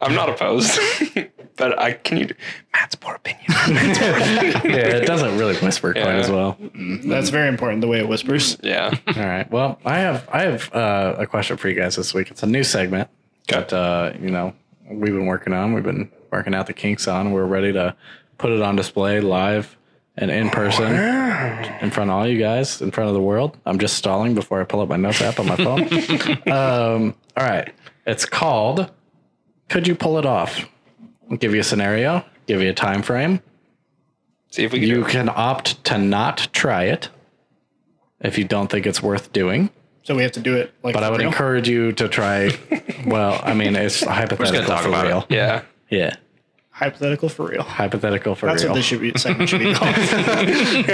[SPEAKER 1] I'm not opposed, but I can you Matt's poor opinion.
[SPEAKER 4] Yeah, it doesn't really whisper quite
[SPEAKER 1] Yeah.
[SPEAKER 4] as well.
[SPEAKER 3] That's
[SPEAKER 4] Mm-hmm.
[SPEAKER 3] very important. The way it whispers.
[SPEAKER 1] yeah,
[SPEAKER 4] All right. Well, I have I have uh, a question for you guys this week. It's a new segment that uh, you know we've been working on. We've been working out the kinks on. We're ready to put it on display live and in person in front of all you guys, in front of the world. I'm just stalling before I pull up my notes app on my phone. um, all right. It's called "Could You Pull It Off?" I'll give you a scenario. Give you a time frame.
[SPEAKER 1] see if we can.
[SPEAKER 4] You
[SPEAKER 1] do it.
[SPEAKER 4] can opt to not try it if you don't think it's worth doing.
[SPEAKER 3] So we have to do it. Like,
[SPEAKER 4] But I
[SPEAKER 3] for
[SPEAKER 4] would
[SPEAKER 3] real?
[SPEAKER 4] encourage you to try. Well, I mean, it's hypothetical
[SPEAKER 2] talk
[SPEAKER 4] for
[SPEAKER 2] about it.
[SPEAKER 4] real.
[SPEAKER 1] Yeah,
[SPEAKER 4] Yeah,
[SPEAKER 3] hypothetical for real.
[SPEAKER 4] hypothetical for
[SPEAKER 3] That's
[SPEAKER 4] real.
[SPEAKER 3] what this should be. Segment should be called.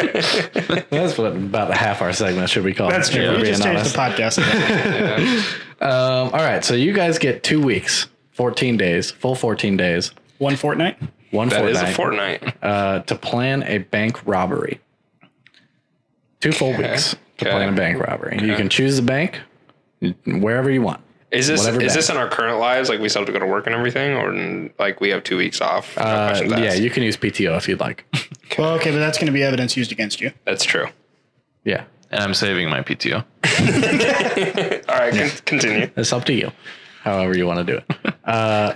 [SPEAKER 4] That's what about half our segment should be called.
[SPEAKER 3] That's true.
[SPEAKER 4] if we're
[SPEAKER 3] we
[SPEAKER 4] being
[SPEAKER 3] just changed
[SPEAKER 4] honest.
[SPEAKER 3] the podcast.
[SPEAKER 4] Um, all right, so you guys get two weeks, fourteen days, full fourteen days,
[SPEAKER 3] One fortnight.
[SPEAKER 4] one
[SPEAKER 1] that is
[SPEAKER 4] fortnight
[SPEAKER 1] a Fortnite.
[SPEAKER 4] uh, to plan a bank robbery. Two full weeks to
[SPEAKER 1] Okay.
[SPEAKER 4] plan a bank robbery. You can choose the bank wherever you want.
[SPEAKER 1] Is this
[SPEAKER 4] whatever
[SPEAKER 1] is
[SPEAKER 4] bank.
[SPEAKER 1] this in our current lives? Like we still have to go to work and everything, or like we have two weeks off? No
[SPEAKER 4] Uh,
[SPEAKER 1] questions
[SPEAKER 4] yeah,
[SPEAKER 1] asked.
[SPEAKER 4] you can use PTO if you'd like.
[SPEAKER 3] Well, okay, but that's going to be evidence used against you.
[SPEAKER 1] that's true.
[SPEAKER 4] Yeah,
[SPEAKER 2] And I'm saving my PTO.
[SPEAKER 1] All right, con- continue.
[SPEAKER 4] It's up to you, however you want to do it. Uh,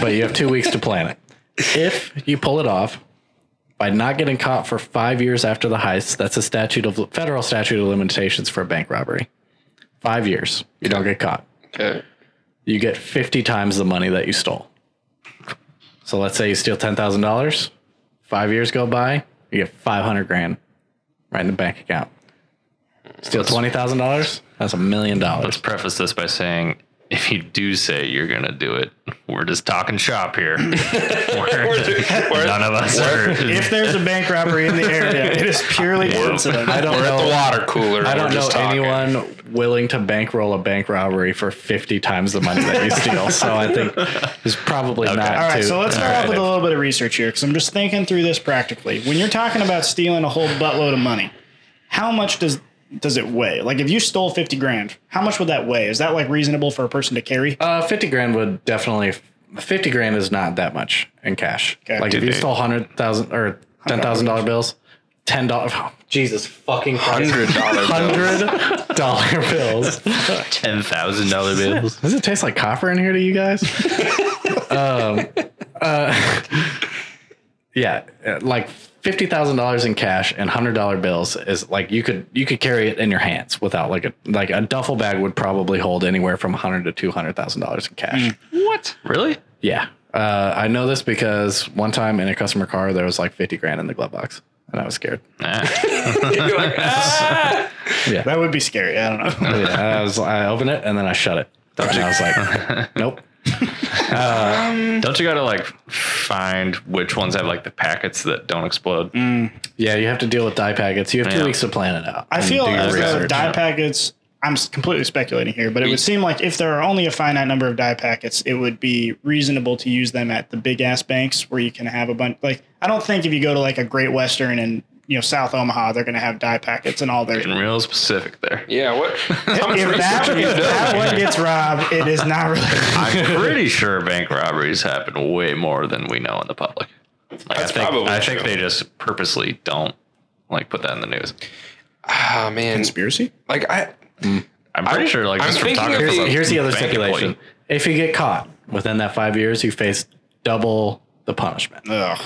[SPEAKER 4] but you have two weeks to plan it. If you pull it off by not getting caught for five years after the heist, that's a statute of federal statute of limitations for a bank robbery. Five years, you don't get caught.
[SPEAKER 1] Okay.
[SPEAKER 4] You get fifty times the money that you stole. So let's say you steal ten thousand dollars. Five years go by, you get five hundred grand right in the bank account. Steal twenty thousand dollars. That's a million dollars.
[SPEAKER 2] Let's preface this by saying if you do say you're going to do it, we're just talking shop here. We're-
[SPEAKER 1] We're-
[SPEAKER 2] none of us are.
[SPEAKER 3] If there's a bank robbery in the area, it is purely coincidence.
[SPEAKER 4] I don't
[SPEAKER 1] We're
[SPEAKER 4] know.
[SPEAKER 1] at the water cooler.
[SPEAKER 4] I
[SPEAKER 1] and
[SPEAKER 4] don't
[SPEAKER 1] we're
[SPEAKER 4] know
[SPEAKER 1] just talking.
[SPEAKER 4] anyone willing to bankroll a bank robbery for 50 times the money that you steal. so I think it's probably not.
[SPEAKER 3] All right,
[SPEAKER 4] too-
[SPEAKER 3] so let's start off with a little bit of research here because I'm just thinking through this practically. When you're talking about stealing a whole buttload of money, how much does does it weigh? Like, if you stole 50 grand, how much would that weigh? Is that like reasonable for a person to carry?
[SPEAKER 4] Uh, 50 grand would definitely. 50 grand is not that much in cash.
[SPEAKER 3] Okay.
[SPEAKER 4] Like if you
[SPEAKER 1] Did they-
[SPEAKER 4] stole 100,000 or $10,000 bills, $10. oh, Jesus fucking Christ.
[SPEAKER 1] Hundred dollars.
[SPEAKER 4] $100 bills.
[SPEAKER 2] ten thousand dollar bills.
[SPEAKER 4] Does it taste like copper in here to you guys? um, uh, yeah, uh, like fifty thousand dollars in cash and hundred dollar bills is like you could you could carry it in your hands without like a like a duffel bag would probably hold anywhere from a hundred to two hundred thousand dollars in cash.
[SPEAKER 2] What? Really?
[SPEAKER 4] Yeah. Uh, I know this because one time in a customer car there was like fifty grand in the glove box and I was scared.
[SPEAKER 2] Nah.
[SPEAKER 1] You're like, "Ah."
[SPEAKER 3] That would be scary. I don't know.
[SPEAKER 4] yeah, I was I opened it and then I shut it. and I was like, nope.
[SPEAKER 2] Don't you gotta like find which ones have like the packets that don't explode?
[SPEAKER 1] Mm.
[SPEAKER 4] Yeah, you have to deal with die packets. You have two
[SPEAKER 2] Yeah.
[SPEAKER 4] weeks to plan it out.
[SPEAKER 3] I
[SPEAKER 4] and
[SPEAKER 3] feel
[SPEAKER 4] do your
[SPEAKER 3] as though
[SPEAKER 4] research.
[SPEAKER 3] die packets. I'm s- completely speculating here, but it would seem like if there are only a finite number of die packets, it would be reasonable to use them at the big ass banks where you can have a bunch. Like, I don't think if you go to like a Great Western and you know South Omaha, they're going to have die packets and all their.
[SPEAKER 2] Getting real specific there.
[SPEAKER 1] yeah, what? How much
[SPEAKER 3] If
[SPEAKER 1] research
[SPEAKER 3] that,
[SPEAKER 1] have you
[SPEAKER 3] if
[SPEAKER 1] done?
[SPEAKER 3] that one gets robbed, it is not really.
[SPEAKER 2] I'm pretty sure bank robberies happen way more than we know in the public. Like,
[SPEAKER 1] That's
[SPEAKER 2] I think,
[SPEAKER 1] probably
[SPEAKER 2] I think
[SPEAKER 1] true.
[SPEAKER 2] they just purposely don't like put that in the news.
[SPEAKER 1] Oh man,
[SPEAKER 3] Conspiracy?
[SPEAKER 1] like I,
[SPEAKER 2] I'm pretty
[SPEAKER 1] I'm-
[SPEAKER 2] sure like
[SPEAKER 1] I'm
[SPEAKER 2] just from
[SPEAKER 1] thinking
[SPEAKER 2] talking
[SPEAKER 1] of
[SPEAKER 2] from
[SPEAKER 1] the-
[SPEAKER 2] a
[SPEAKER 4] Here's the other
[SPEAKER 2] bank
[SPEAKER 4] stipulation:
[SPEAKER 2] employee.
[SPEAKER 4] if you get caught within that five years, you face double the punishment.
[SPEAKER 3] Ugh.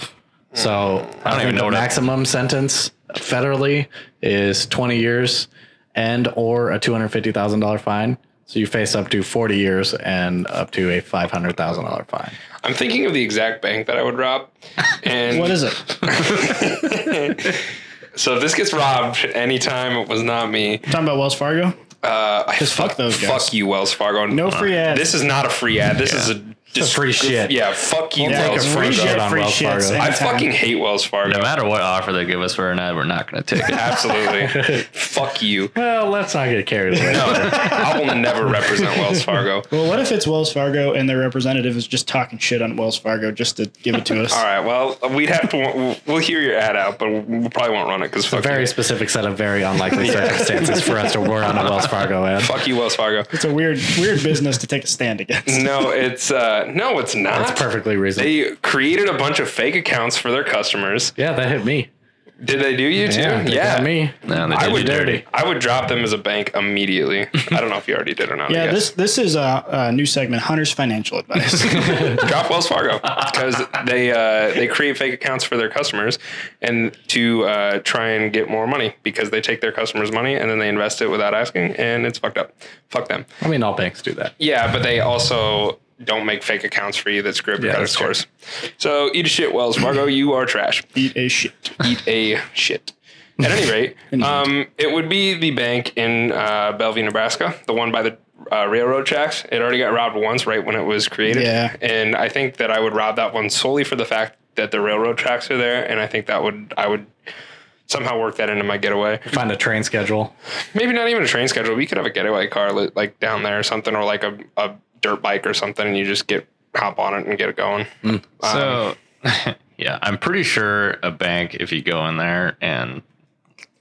[SPEAKER 4] So I
[SPEAKER 2] Hmm. don't even know
[SPEAKER 4] the
[SPEAKER 2] what I-
[SPEAKER 4] maximum sentence federally is 20 years and or a $250,000 fine. So you face up to 40 years and up to a $500,000 fine.
[SPEAKER 1] I'm thinking of the exact bank that I would rob. And
[SPEAKER 3] What is it?
[SPEAKER 1] so if this gets robbed anytime it was not me,
[SPEAKER 3] Talking about Wells Fargo?
[SPEAKER 1] uh, I
[SPEAKER 3] Just fuck those guys.
[SPEAKER 1] Fuck you, Wells Fargo.
[SPEAKER 3] No free ads.
[SPEAKER 1] Uh, This is not a free ad. This is a dis-
[SPEAKER 4] free shit.
[SPEAKER 1] Yeah, fuck you,
[SPEAKER 3] Yeah,
[SPEAKER 1] Wells
[SPEAKER 3] it's
[SPEAKER 1] Fargo.
[SPEAKER 3] free shit,
[SPEAKER 4] on
[SPEAKER 3] free
[SPEAKER 4] Wells
[SPEAKER 3] shits
[SPEAKER 4] Fargo.
[SPEAKER 1] I
[SPEAKER 3] anytime.
[SPEAKER 1] fucking hate Wells Fargo.
[SPEAKER 2] No matter what offer they give us for an ad, we're not going to take it.
[SPEAKER 1] Absolutely. fuck you.
[SPEAKER 4] Well, let's not get carried away.
[SPEAKER 1] No, I will never represent Wells Fargo.
[SPEAKER 3] Well, what if it's Wells Fargo and their representative is just talking shit on Wells Fargo just to give it to us?
[SPEAKER 1] All right. Well, we'd have to. We'll hear your ad out, but we probably won't run it because fuck
[SPEAKER 4] Very
[SPEAKER 1] you.
[SPEAKER 4] specific set of very unlikely circumstances for us to work on a Wells Fargo ad.
[SPEAKER 1] Fuck you, Wells Fargo.
[SPEAKER 3] It's a weird, weird business to take a stand against.
[SPEAKER 1] No, it's uh, no, it's not.
[SPEAKER 4] It's perfectly reasonable.
[SPEAKER 1] They created a bunch of fake accounts for their customers.
[SPEAKER 4] yeah, that hit me.
[SPEAKER 1] Did they do you too?
[SPEAKER 4] they got me.
[SPEAKER 2] No, they did
[SPEAKER 1] would
[SPEAKER 2] you dirty.
[SPEAKER 4] Dirty.
[SPEAKER 1] I would drop them as a bank immediately. I don't know if you already did or not. I
[SPEAKER 3] Yeah, this
[SPEAKER 1] guess.
[SPEAKER 3] this is a, a new segment, Hunter's financial advice.
[SPEAKER 1] drop Wells Fargo because they uh, they create fake accounts for their customers and to uh, try and get more money because they take their customers' money and then they invest it without asking and it's fucked up. Fuck them.
[SPEAKER 4] I mean, all banks do that.
[SPEAKER 1] Yeah, but they also don't make fake accounts for you that screw up your
[SPEAKER 4] Yeah,
[SPEAKER 1] credit
[SPEAKER 4] that's true.
[SPEAKER 1] scores. So eat a shit, Wells Fargo. You are trash.
[SPEAKER 3] Eat a shit.
[SPEAKER 1] eat a shit. At any rate, um, it would be the bank in uh, Bellevue, Nebraska, the one by the uh, railroad tracks. It already got robbed once, right when it was created.
[SPEAKER 3] Yeah.
[SPEAKER 1] And I think that I would rob that one solely for the fact that the railroad tracks are there, and I think that would I would somehow work that into my getaway.
[SPEAKER 4] Find a train schedule.
[SPEAKER 1] Maybe not even a train schedule. We could have a getaway car li- like down there or something, or like a, a dirt bike or something, and you just get hop on it and get it going.
[SPEAKER 2] So, yeah, I'm pretty sure a bank, if you go in there and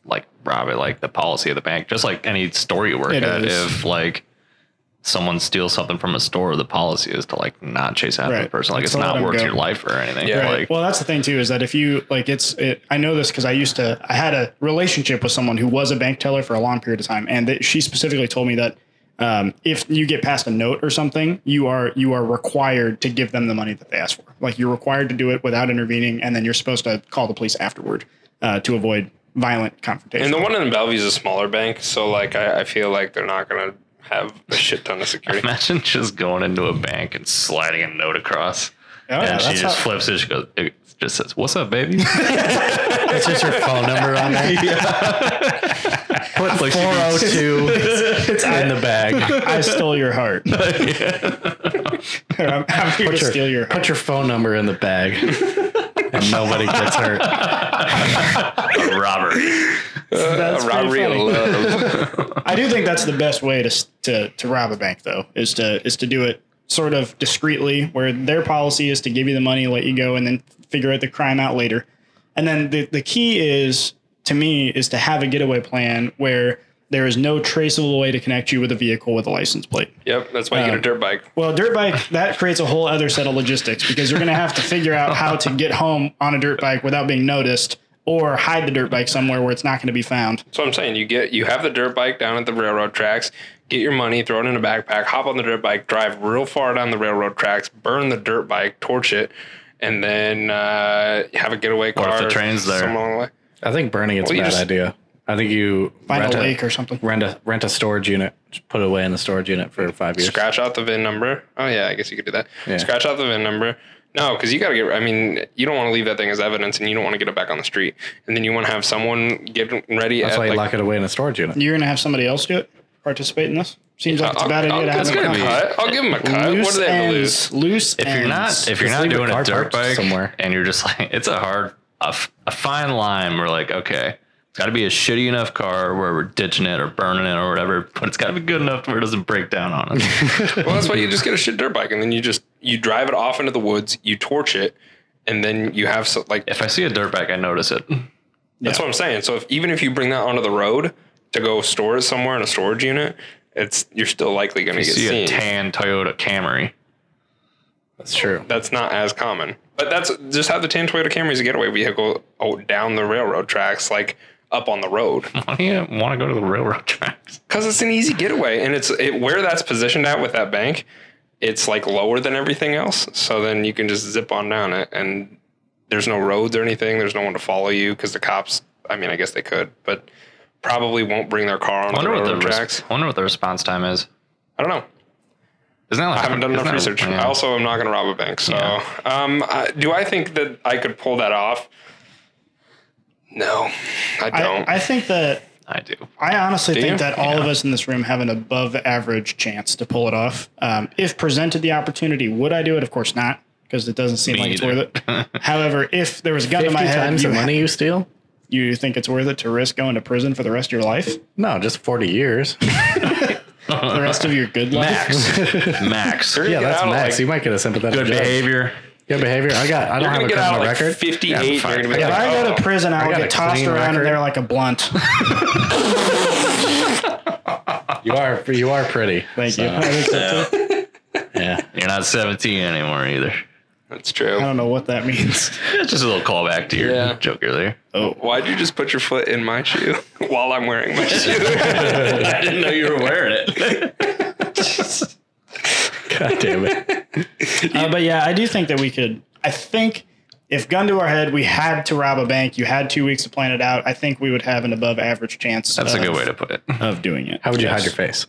[SPEAKER 2] like rob it, like the policy of the bank, just like any store you work
[SPEAKER 3] It
[SPEAKER 2] at,
[SPEAKER 3] is.
[SPEAKER 2] if like someone steals something from a store, the policy is to like not chase after the
[SPEAKER 3] Right.
[SPEAKER 2] person. Like
[SPEAKER 3] Just
[SPEAKER 2] it's
[SPEAKER 3] to let
[SPEAKER 2] not
[SPEAKER 3] 'em
[SPEAKER 2] worth
[SPEAKER 3] go.
[SPEAKER 2] your life or anything.
[SPEAKER 1] Yeah.
[SPEAKER 2] Like,
[SPEAKER 1] Right.
[SPEAKER 3] well, that's the thing too is that if you like, it's it, I know this because I used to I had a relationship with someone who was a bank teller for a long period of time, and that she specifically told me that um, if you get past a note or something, you are you are required to give them the money that they asked for. Like you're required to do it without intervening, and then you're supposed to call the police afterward uh, to avoid violent confrontation.
[SPEAKER 1] And the one in Bellevue is a smaller bank, so like I, I feel like they're not gonna have a shit ton of security.
[SPEAKER 2] imagine just going into a bank and sliding a note across.
[SPEAKER 3] Oh, yeah,
[SPEAKER 2] and she
[SPEAKER 3] that's
[SPEAKER 2] just
[SPEAKER 3] how-
[SPEAKER 2] flips it. She goes, it just says, "What's up, baby?"
[SPEAKER 4] It's just your phone number on there. Put 402 in the bag.
[SPEAKER 3] oh I stole your heart. I'm, I'm here to
[SPEAKER 4] Put
[SPEAKER 3] steal
[SPEAKER 4] your,
[SPEAKER 3] your heart.
[SPEAKER 4] put your phone number in the bag. And nobody gets hurt.
[SPEAKER 2] a robber.
[SPEAKER 1] a robbery of love.
[SPEAKER 3] I do think that's the best way to, s- to to rob a bank, though, is to is to do it sort of discreetly, where their policy is to give you the money, let you go, and then figure out the crime out later. And then the the key is to me is to have a getaway plan where there is no traceable way to connect you with a vehicle with a license plate.
[SPEAKER 1] yep, that's why you
[SPEAKER 2] Uh.
[SPEAKER 1] get a dirt bike.
[SPEAKER 3] Well, dirt bike that creates a whole other set of logistics because you're going to have to figure out how to get home on a dirt bike without being noticed, or hide the dirt bike somewhere where it's not going to be found.
[SPEAKER 1] That's what I'm saying. You get you have the dirt bike down at the railroad tracks, get your money, throw it in a backpack, hop on the dirt bike, drive real far down the railroad tracks, burn the dirt bike, torch it, and then uh, have a getaway
[SPEAKER 2] if
[SPEAKER 1] car.
[SPEAKER 2] the train's there?
[SPEAKER 1] somewhere along the way.
[SPEAKER 4] I think burning it's
[SPEAKER 1] Well,
[SPEAKER 4] a
[SPEAKER 1] you
[SPEAKER 4] bad
[SPEAKER 1] just-
[SPEAKER 4] idea. I think you
[SPEAKER 3] Find
[SPEAKER 4] rent
[SPEAKER 3] a lake or something.
[SPEAKER 4] rent a rent a storage unit, just put it away in the storage unit for five years.
[SPEAKER 1] Scratch out the VIN number. Oh yeah, I guess you could do that.
[SPEAKER 4] Yeah.
[SPEAKER 1] Scratch out the VIN number. No, because you got to get. I mean, you don't want to leave that thing as evidence, and you don't want to get it back on the street. And then you want to have someone get ready.
[SPEAKER 4] That's
[SPEAKER 1] at,
[SPEAKER 4] why you
[SPEAKER 1] like,
[SPEAKER 4] lock it away in a storage unit.
[SPEAKER 3] You're going to have somebody else do it? Participate in this? Seems like it's a bad
[SPEAKER 1] I'll,
[SPEAKER 3] idea to
[SPEAKER 1] I'll,
[SPEAKER 3] have
[SPEAKER 1] give him
[SPEAKER 3] them
[SPEAKER 1] a
[SPEAKER 2] be-
[SPEAKER 3] come.
[SPEAKER 1] cut. I'll give him a cut.
[SPEAKER 3] Loose
[SPEAKER 1] What do they have to lose?
[SPEAKER 3] ends. Loose
[SPEAKER 2] If you're not,
[SPEAKER 3] ends.
[SPEAKER 2] if you're
[SPEAKER 4] Just
[SPEAKER 2] not
[SPEAKER 4] leave the
[SPEAKER 2] doing a
[SPEAKER 4] car
[SPEAKER 2] dirt
[SPEAKER 4] parked
[SPEAKER 2] bike
[SPEAKER 4] somewhere.
[SPEAKER 2] and you're just like, it's a hard, a, f- a fine line. We're like, okay, it's got to be a shitty enough car where we're ditching it or burning it or whatever, but it's got to be good enough to where it doesn't break down on us.
[SPEAKER 1] Well, that's why you just get a shit dirt bike, and then you just you drive it off into the woods, you torch it, and then you have so, like
[SPEAKER 2] if I see a dirt bike, I notice it.
[SPEAKER 1] that's what I'm saying. So if even if you bring that onto the road to go store it somewhere in a storage unit, it's you're still likely going to
[SPEAKER 2] You
[SPEAKER 1] get
[SPEAKER 2] see
[SPEAKER 1] seen.
[SPEAKER 2] a tan Toyota Camry.
[SPEAKER 4] That's true.
[SPEAKER 1] that's not as common. But that's just have the tan Toyota Camry as a getaway vehicle oh, down the railroad tracks, like up on the road,
[SPEAKER 2] Why do you want to go to the railroad tracks?
[SPEAKER 1] because it's an easy getaway, and it's it, where that's positioned at with that bank. It's like lower than everything else, so then you can just zip on down it, and there's no roads or anything. There's no one to follow you because the cops. I mean, I guess they could, but probably won't bring their car on
[SPEAKER 2] I
[SPEAKER 1] the
[SPEAKER 2] wonder what the
[SPEAKER 1] railroad
[SPEAKER 2] res-
[SPEAKER 1] tracks.
[SPEAKER 2] I wonder what the response time is.
[SPEAKER 1] I don't know.
[SPEAKER 2] Isn't that like
[SPEAKER 1] I haven't done
[SPEAKER 2] isn't
[SPEAKER 1] enough
[SPEAKER 2] that-
[SPEAKER 1] research.
[SPEAKER 2] yeah.
[SPEAKER 1] I also am not going to rob a bank. So,
[SPEAKER 2] Yeah.
[SPEAKER 1] um, I, do I think that I could pull that off? No, I
[SPEAKER 3] I,
[SPEAKER 1] don't.
[SPEAKER 3] I think that
[SPEAKER 2] I do.
[SPEAKER 3] I honestly
[SPEAKER 1] Do
[SPEAKER 3] think
[SPEAKER 1] you?
[SPEAKER 3] that all of us in this room have an above average chance to pull it off. Um, if presented the opportunity, would I do it? Of course not, because it doesn't seem
[SPEAKER 2] Me
[SPEAKER 3] like
[SPEAKER 2] either.
[SPEAKER 3] it's worth it. However, if there was a gun to
[SPEAKER 4] Fifty
[SPEAKER 3] my head,
[SPEAKER 4] times
[SPEAKER 3] you,
[SPEAKER 4] the money you steal?
[SPEAKER 3] you think it's worth it to risk going to prison for the rest of your life,
[SPEAKER 4] No, just forty years.
[SPEAKER 3] the rest of your good life?
[SPEAKER 2] Max. Max.
[SPEAKER 1] You're
[SPEAKER 4] yeah,
[SPEAKER 1] gonna get
[SPEAKER 4] that's
[SPEAKER 1] out at,
[SPEAKER 4] max.
[SPEAKER 1] like-
[SPEAKER 4] you might get a sympathetic
[SPEAKER 2] Good
[SPEAKER 4] judge.
[SPEAKER 2] behavior.
[SPEAKER 4] Good behavior. I got. I don't
[SPEAKER 1] You're
[SPEAKER 4] have a
[SPEAKER 1] going to get out
[SPEAKER 4] criminal
[SPEAKER 1] at, like
[SPEAKER 4] record.
[SPEAKER 1] 58. and you're going to be
[SPEAKER 3] If I
[SPEAKER 1] like,
[SPEAKER 3] go
[SPEAKER 1] oh,
[SPEAKER 3] to prison, I will
[SPEAKER 4] got a
[SPEAKER 3] get tossed
[SPEAKER 4] clean
[SPEAKER 3] around in
[SPEAKER 4] record.
[SPEAKER 3] there like a blunt.
[SPEAKER 4] you are. You are pretty.
[SPEAKER 3] Thank you. I, think that's it.
[SPEAKER 4] Yeah.
[SPEAKER 2] You're not 17 anymore either.
[SPEAKER 1] that's
[SPEAKER 3] I
[SPEAKER 1] true.
[SPEAKER 3] don't know what that means.
[SPEAKER 2] It's just a little callback to your
[SPEAKER 1] Yeah.
[SPEAKER 2] joke earlier.
[SPEAKER 1] Why'd you just put your foot in my shoe while I'm wearing my shoe?
[SPEAKER 2] I didn't know you were wearing it.
[SPEAKER 4] God damn it.
[SPEAKER 3] Uh, but yeah, I do think that we could. I think if gun to our head, we had to rob a bank. You had two weeks to plan it out. I think we would have an above average chance.
[SPEAKER 2] That's
[SPEAKER 3] of,
[SPEAKER 2] a good way to put it.
[SPEAKER 3] of doing it.
[SPEAKER 4] How would you hide your face?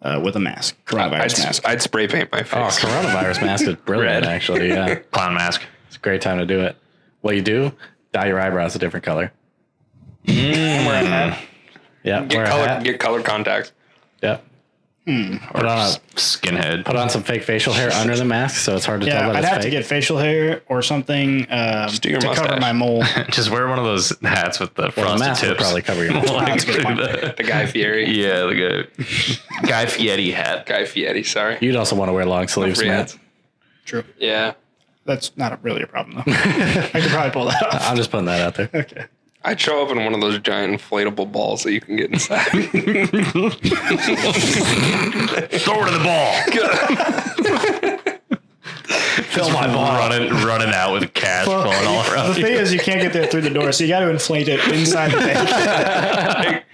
[SPEAKER 3] Uh, with a mask,
[SPEAKER 1] I'd,
[SPEAKER 3] coronavirus mask.
[SPEAKER 1] I'd spray paint my
[SPEAKER 4] Oh,
[SPEAKER 1] face.
[SPEAKER 4] coronavirus mask is brilliant. Actually, yeah,
[SPEAKER 2] Clown mask.
[SPEAKER 4] it's a great time to do it. What you do? Dye your eyebrows a different color. Yeah.
[SPEAKER 1] get,
[SPEAKER 4] wear a
[SPEAKER 1] color,
[SPEAKER 4] hat.
[SPEAKER 1] get color contacts.
[SPEAKER 4] Yep. Put on a,
[SPEAKER 2] Skinhead.
[SPEAKER 4] Uh, put on some fake facial hair under the mask, so it's hard to
[SPEAKER 3] Yeah,
[SPEAKER 4] tell that
[SPEAKER 3] I'd
[SPEAKER 4] it's
[SPEAKER 3] have
[SPEAKER 4] fake.
[SPEAKER 3] to get facial hair or something um,
[SPEAKER 1] do
[SPEAKER 3] to
[SPEAKER 1] your
[SPEAKER 3] cover
[SPEAKER 1] mustache.
[SPEAKER 3] my mole.
[SPEAKER 2] Just wear one of those hats with the
[SPEAKER 4] well,
[SPEAKER 2] frosted
[SPEAKER 4] the mask will
[SPEAKER 2] tips.
[SPEAKER 4] probably cover your mouth.
[SPEAKER 2] Like,
[SPEAKER 3] That's a good point.
[SPEAKER 2] the-
[SPEAKER 1] The Guy Fieri.
[SPEAKER 2] yeah, the guy, guy Fieri hat.
[SPEAKER 1] Guy Fieri, sorry.
[SPEAKER 4] You'd also want to wear long sleeves, man.
[SPEAKER 1] Rants.
[SPEAKER 3] True.
[SPEAKER 1] Yeah.
[SPEAKER 3] That's not a- really a problem though. I could probably pull that off.
[SPEAKER 4] I'm just putting that out there.
[SPEAKER 1] I'd show up in one of those giant inflatable balls that you can get inside.
[SPEAKER 2] Throw it in the ball. Fill my ball. Running, running out with cash falling all
[SPEAKER 3] The
[SPEAKER 2] around. you.
[SPEAKER 3] thing is, you can't get there through the door, so you got to inflate it inside the bank.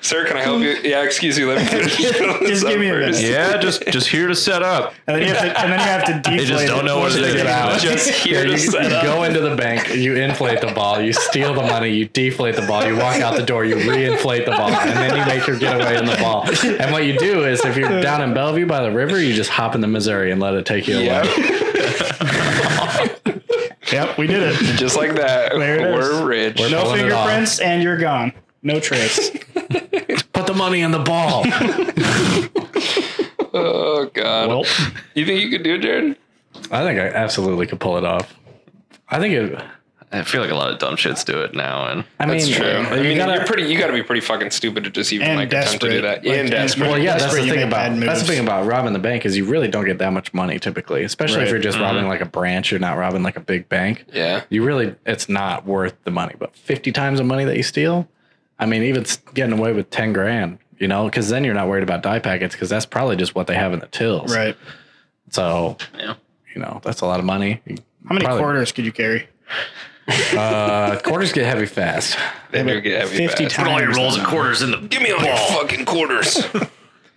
[SPEAKER 1] Sir, can I help you? Yeah, excuse me. Let me finish.
[SPEAKER 3] Just give me a minute.
[SPEAKER 2] Yeah, just just here to set up.
[SPEAKER 3] And then you have to, and then you have to deflate.
[SPEAKER 2] They just don't
[SPEAKER 3] it.
[SPEAKER 2] know what to do.
[SPEAKER 4] get out.
[SPEAKER 1] Just here to set
[SPEAKER 4] You
[SPEAKER 1] up.
[SPEAKER 4] go into the bank, you inflate the ball, you steal the money, you deflate the ball, you walk out the door, you reinflate the ball, and then you make your getaway in the ball. And what you do is, if you're down in Bellevue by the river, you just hop in the Missouri and let it take you away.
[SPEAKER 1] Yeah,
[SPEAKER 3] Yep, we did it.
[SPEAKER 1] just like that.
[SPEAKER 3] There it is.
[SPEAKER 1] We're rich.
[SPEAKER 4] We're-
[SPEAKER 3] No
[SPEAKER 4] Pulling it off.
[SPEAKER 3] fingerprints, and you're gone. No trace.
[SPEAKER 4] Put the money in the ball.
[SPEAKER 1] oh god.
[SPEAKER 4] well,
[SPEAKER 1] you think you could do it, Jared?
[SPEAKER 4] I think I absolutely could pull it off. I think it.
[SPEAKER 2] I feel like a lot of dumb shits do it now, and
[SPEAKER 4] I mean,
[SPEAKER 1] That's true. I
[SPEAKER 4] you
[SPEAKER 1] mean, you
[SPEAKER 4] gotta-
[SPEAKER 1] are pretty. You got to be pretty fucking stupid to just even
[SPEAKER 3] And
[SPEAKER 1] like attempt to do
[SPEAKER 3] desperate.
[SPEAKER 1] that.
[SPEAKER 3] Like,
[SPEAKER 1] and desperate.
[SPEAKER 4] Well, yeah, that's
[SPEAKER 3] Desperate,
[SPEAKER 4] the
[SPEAKER 3] you
[SPEAKER 4] thing
[SPEAKER 3] make
[SPEAKER 4] about
[SPEAKER 3] bad
[SPEAKER 4] that's the
[SPEAKER 3] moves.
[SPEAKER 4] thing about robbing the bank is you really don't get that much money typically, especially
[SPEAKER 3] Right.
[SPEAKER 4] if you're just robbing like a branch. You're not robbing like a big bank.
[SPEAKER 1] Yeah.
[SPEAKER 4] You really, it's not worth the money. But fifty times the money that you steal, I mean, even s- getting away with ten grand, you know, because then you're not worried about dye packets because that's probably just what they have in the tills.
[SPEAKER 3] Right.
[SPEAKER 4] So,
[SPEAKER 2] Yeah.
[SPEAKER 4] you know, that's a lot of money.
[SPEAKER 3] How many
[SPEAKER 4] Probably.
[SPEAKER 3] quarters could you carry?
[SPEAKER 4] Uh, quarters get heavy fast.
[SPEAKER 1] They do get heavy.
[SPEAKER 3] 50
[SPEAKER 1] fast.
[SPEAKER 3] times.
[SPEAKER 2] quarters in the
[SPEAKER 1] Give me all your fucking quarters.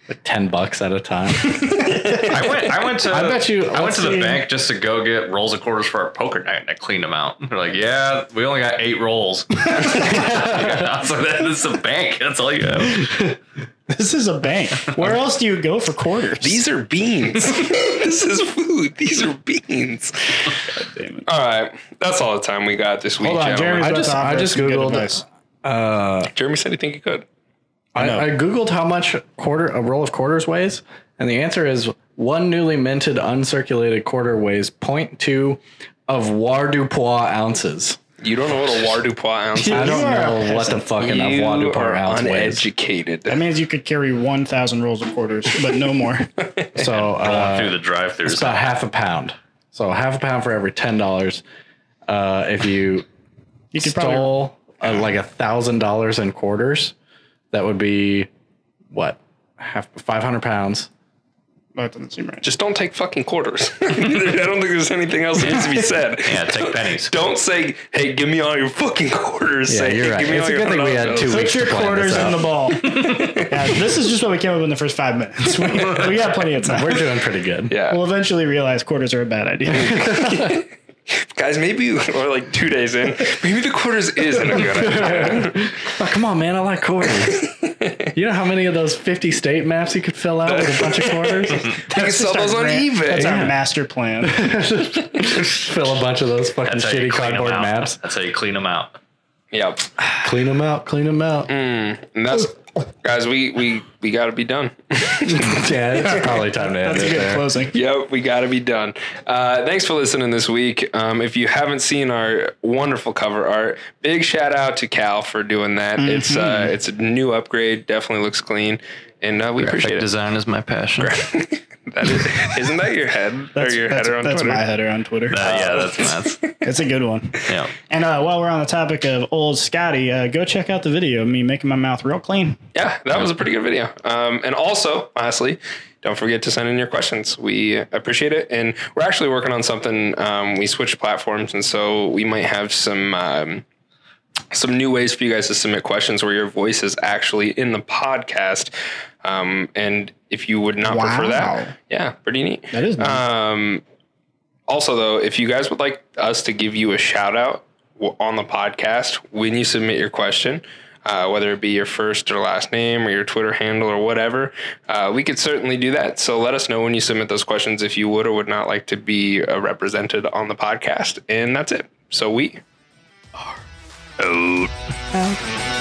[SPEAKER 4] like ten bucks at a time.
[SPEAKER 2] I went. I went to.
[SPEAKER 4] I bet you-
[SPEAKER 2] I went to the
[SPEAKER 4] let's see.
[SPEAKER 2] bank just to go get rolls of quarters for our poker night, and I cleaned them out. They're like, "Yeah, we only got eight rolls." I was like, "That- "This is a bank. That's all you have."
[SPEAKER 3] This is a bank. Where else do you go for quarters?
[SPEAKER 1] These are beans. this is food. These are beans. All right. That's all the time we got this week,
[SPEAKER 3] Hold on,
[SPEAKER 1] Oh, gentlemen.
[SPEAKER 3] Jeremy's
[SPEAKER 4] I
[SPEAKER 3] about
[SPEAKER 4] just-
[SPEAKER 3] to offer
[SPEAKER 4] I
[SPEAKER 3] us
[SPEAKER 4] just
[SPEAKER 3] some good
[SPEAKER 4] Googled
[SPEAKER 3] advice.
[SPEAKER 1] Jeremy said he think he could.
[SPEAKER 3] know.
[SPEAKER 4] I, I googled how much quarter a roll of quarters weighs, and the answer is one newly minted uncirculated quarter weighs 0.2 of Wardupois ounces.
[SPEAKER 1] You don't know what a Wardupois ounce
[SPEAKER 4] I
[SPEAKER 1] is.
[SPEAKER 4] don't
[SPEAKER 3] You are a
[SPEAKER 4] know what the fucking a
[SPEAKER 1] You are
[SPEAKER 4] Wardupois ounce weighs.
[SPEAKER 1] uneducated.
[SPEAKER 3] That means you could carry 1,000 rolls of quarters, but no more.
[SPEAKER 4] So uh,
[SPEAKER 2] Through the drive-through.
[SPEAKER 4] it's about half a pound. So half a pound for every ten dollars. Uh, if you
[SPEAKER 3] You could probably.
[SPEAKER 4] stole uh, like a thousand dollars in quarters, that would be what half five hundred pounds.
[SPEAKER 3] Oh, that doesn't seem right.
[SPEAKER 1] Just don't take fucking quarters. I don't think there's anything else that needs to be said.
[SPEAKER 2] Yeah, take pennies.
[SPEAKER 1] Don't say, "Hey, give me all your fucking quarters."
[SPEAKER 4] Yeah,
[SPEAKER 1] say,
[SPEAKER 4] you're
[SPEAKER 1] "Hey,
[SPEAKER 4] right.
[SPEAKER 1] give me
[SPEAKER 4] It's
[SPEAKER 1] all
[SPEAKER 4] a
[SPEAKER 1] your
[SPEAKER 4] good thing we had
[SPEAKER 1] nachos."
[SPEAKER 4] two
[SPEAKER 3] Put
[SPEAKER 4] weeks
[SPEAKER 3] your
[SPEAKER 4] to plan
[SPEAKER 3] quarters
[SPEAKER 4] this
[SPEAKER 3] in
[SPEAKER 4] out.
[SPEAKER 3] the ball. Yeah, this is just what we came up with in the first five minutes. We, we got plenty of time.
[SPEAKER 4] We're doing pretty good.
[SPEAKER 1] Yeah,
[SPEAKER 3] We'll eventually realize quarters are a bad idea.
[SPEAKER 1] guys, maybe or like two days in, maybe the quarters isn't a good idea.
[SPEAKER 4] Oh, come on, man. I like quarters. you know how many of those 50 state maps you could fill out with a bunch of quarters?
[SPEAKER 1] You can sell those on
[SPEAKER 3] That's our grand-
[SPEAKER 1] eBay.
[SPEAKER 3] That's our master plan.
[SPEAKER 4] fill a bunch of those fucking
[SPEAKER 2] That's how you
[SPEAKER 4] shitty
[SPEAKER 2] clean 'em
[SPEAKER 4] cardboard
[SPEAKER 2] out.
[SPEAKER 4] maps.
[SPEAKER 2] That's how you clean them out.
[SPEAKER 1] Yep,
[SPEAKER 4] Clean them out. Clean them out.
[SPEAKER 2] Mm.
[SPEAKER 1] and that's guys. We we we got to be done.
[SPEAKER 4] Yeah, it's probably time to end
[SPEAKER 3] That's a
[SPEAKER 4] it
[SPEAKER 3] good
[SPEAKER 4] there.
[SPEAKER 3] closing.
[SPEAKER 1] Yep, we got to be done. Uh, thanks for listening this week. Um, if you haven't seen our wonderful cover art, big shout out to Cal for doing that. It's
[SPEAKER 3] Mm-hmm.
[SPEAKER 1] uh, it's a new upgrade. Definitely looks clean, and uh, we appreciate it.
[SPEAKER 2] design is my passion.
[SPEAKER 1] That is, isn't that your head
[SPEAKER 3] That's,
[SPEAKER 1] or your
[SPEAKER 3] that's,
[SPEAKER 1] header on
[SPEAKER 3] that's
[SPEAKER 1] Twitter?
[SPEAKER 3] my header on Twitter.
[SPEAKER 2] Uh, yeah, that's that's
[SPEAKER 3] It's a good one.
[SPEAKER 2] yeah.
[SPEAKER 3] And uh, while we're on the topic of old Scotty, uh, go check out the video of me making my mouth real clean.
[SPEAKER 1] Yeah, that was a pretty good video. Um, and also, lastly, don't forget to send in your questions. We appreciate it. And we're actually working on something. Um, we switched platforms, and so we might have some. Um, some new ways for you guys to submit questions where your voice is actually in the podcast. Um, and if you would not prefer
[SPEAKER 3] Wow.
[SPEAKER 1] that, yeah, pretty neat.
[SPEAKER 3] That is nice.
[SPEAKER 1] Um, also, though, if you guys would like us to give you a shout out w- on the podcast when you submit your question, uh, whether it be your first or last name or your Twitter handle or whatever, uh, we could certainly do that. So let us know when you submit those questions if you would or would not like to be uh, represented on the podcast. And that's it. So we
[SPEAKER 5] out.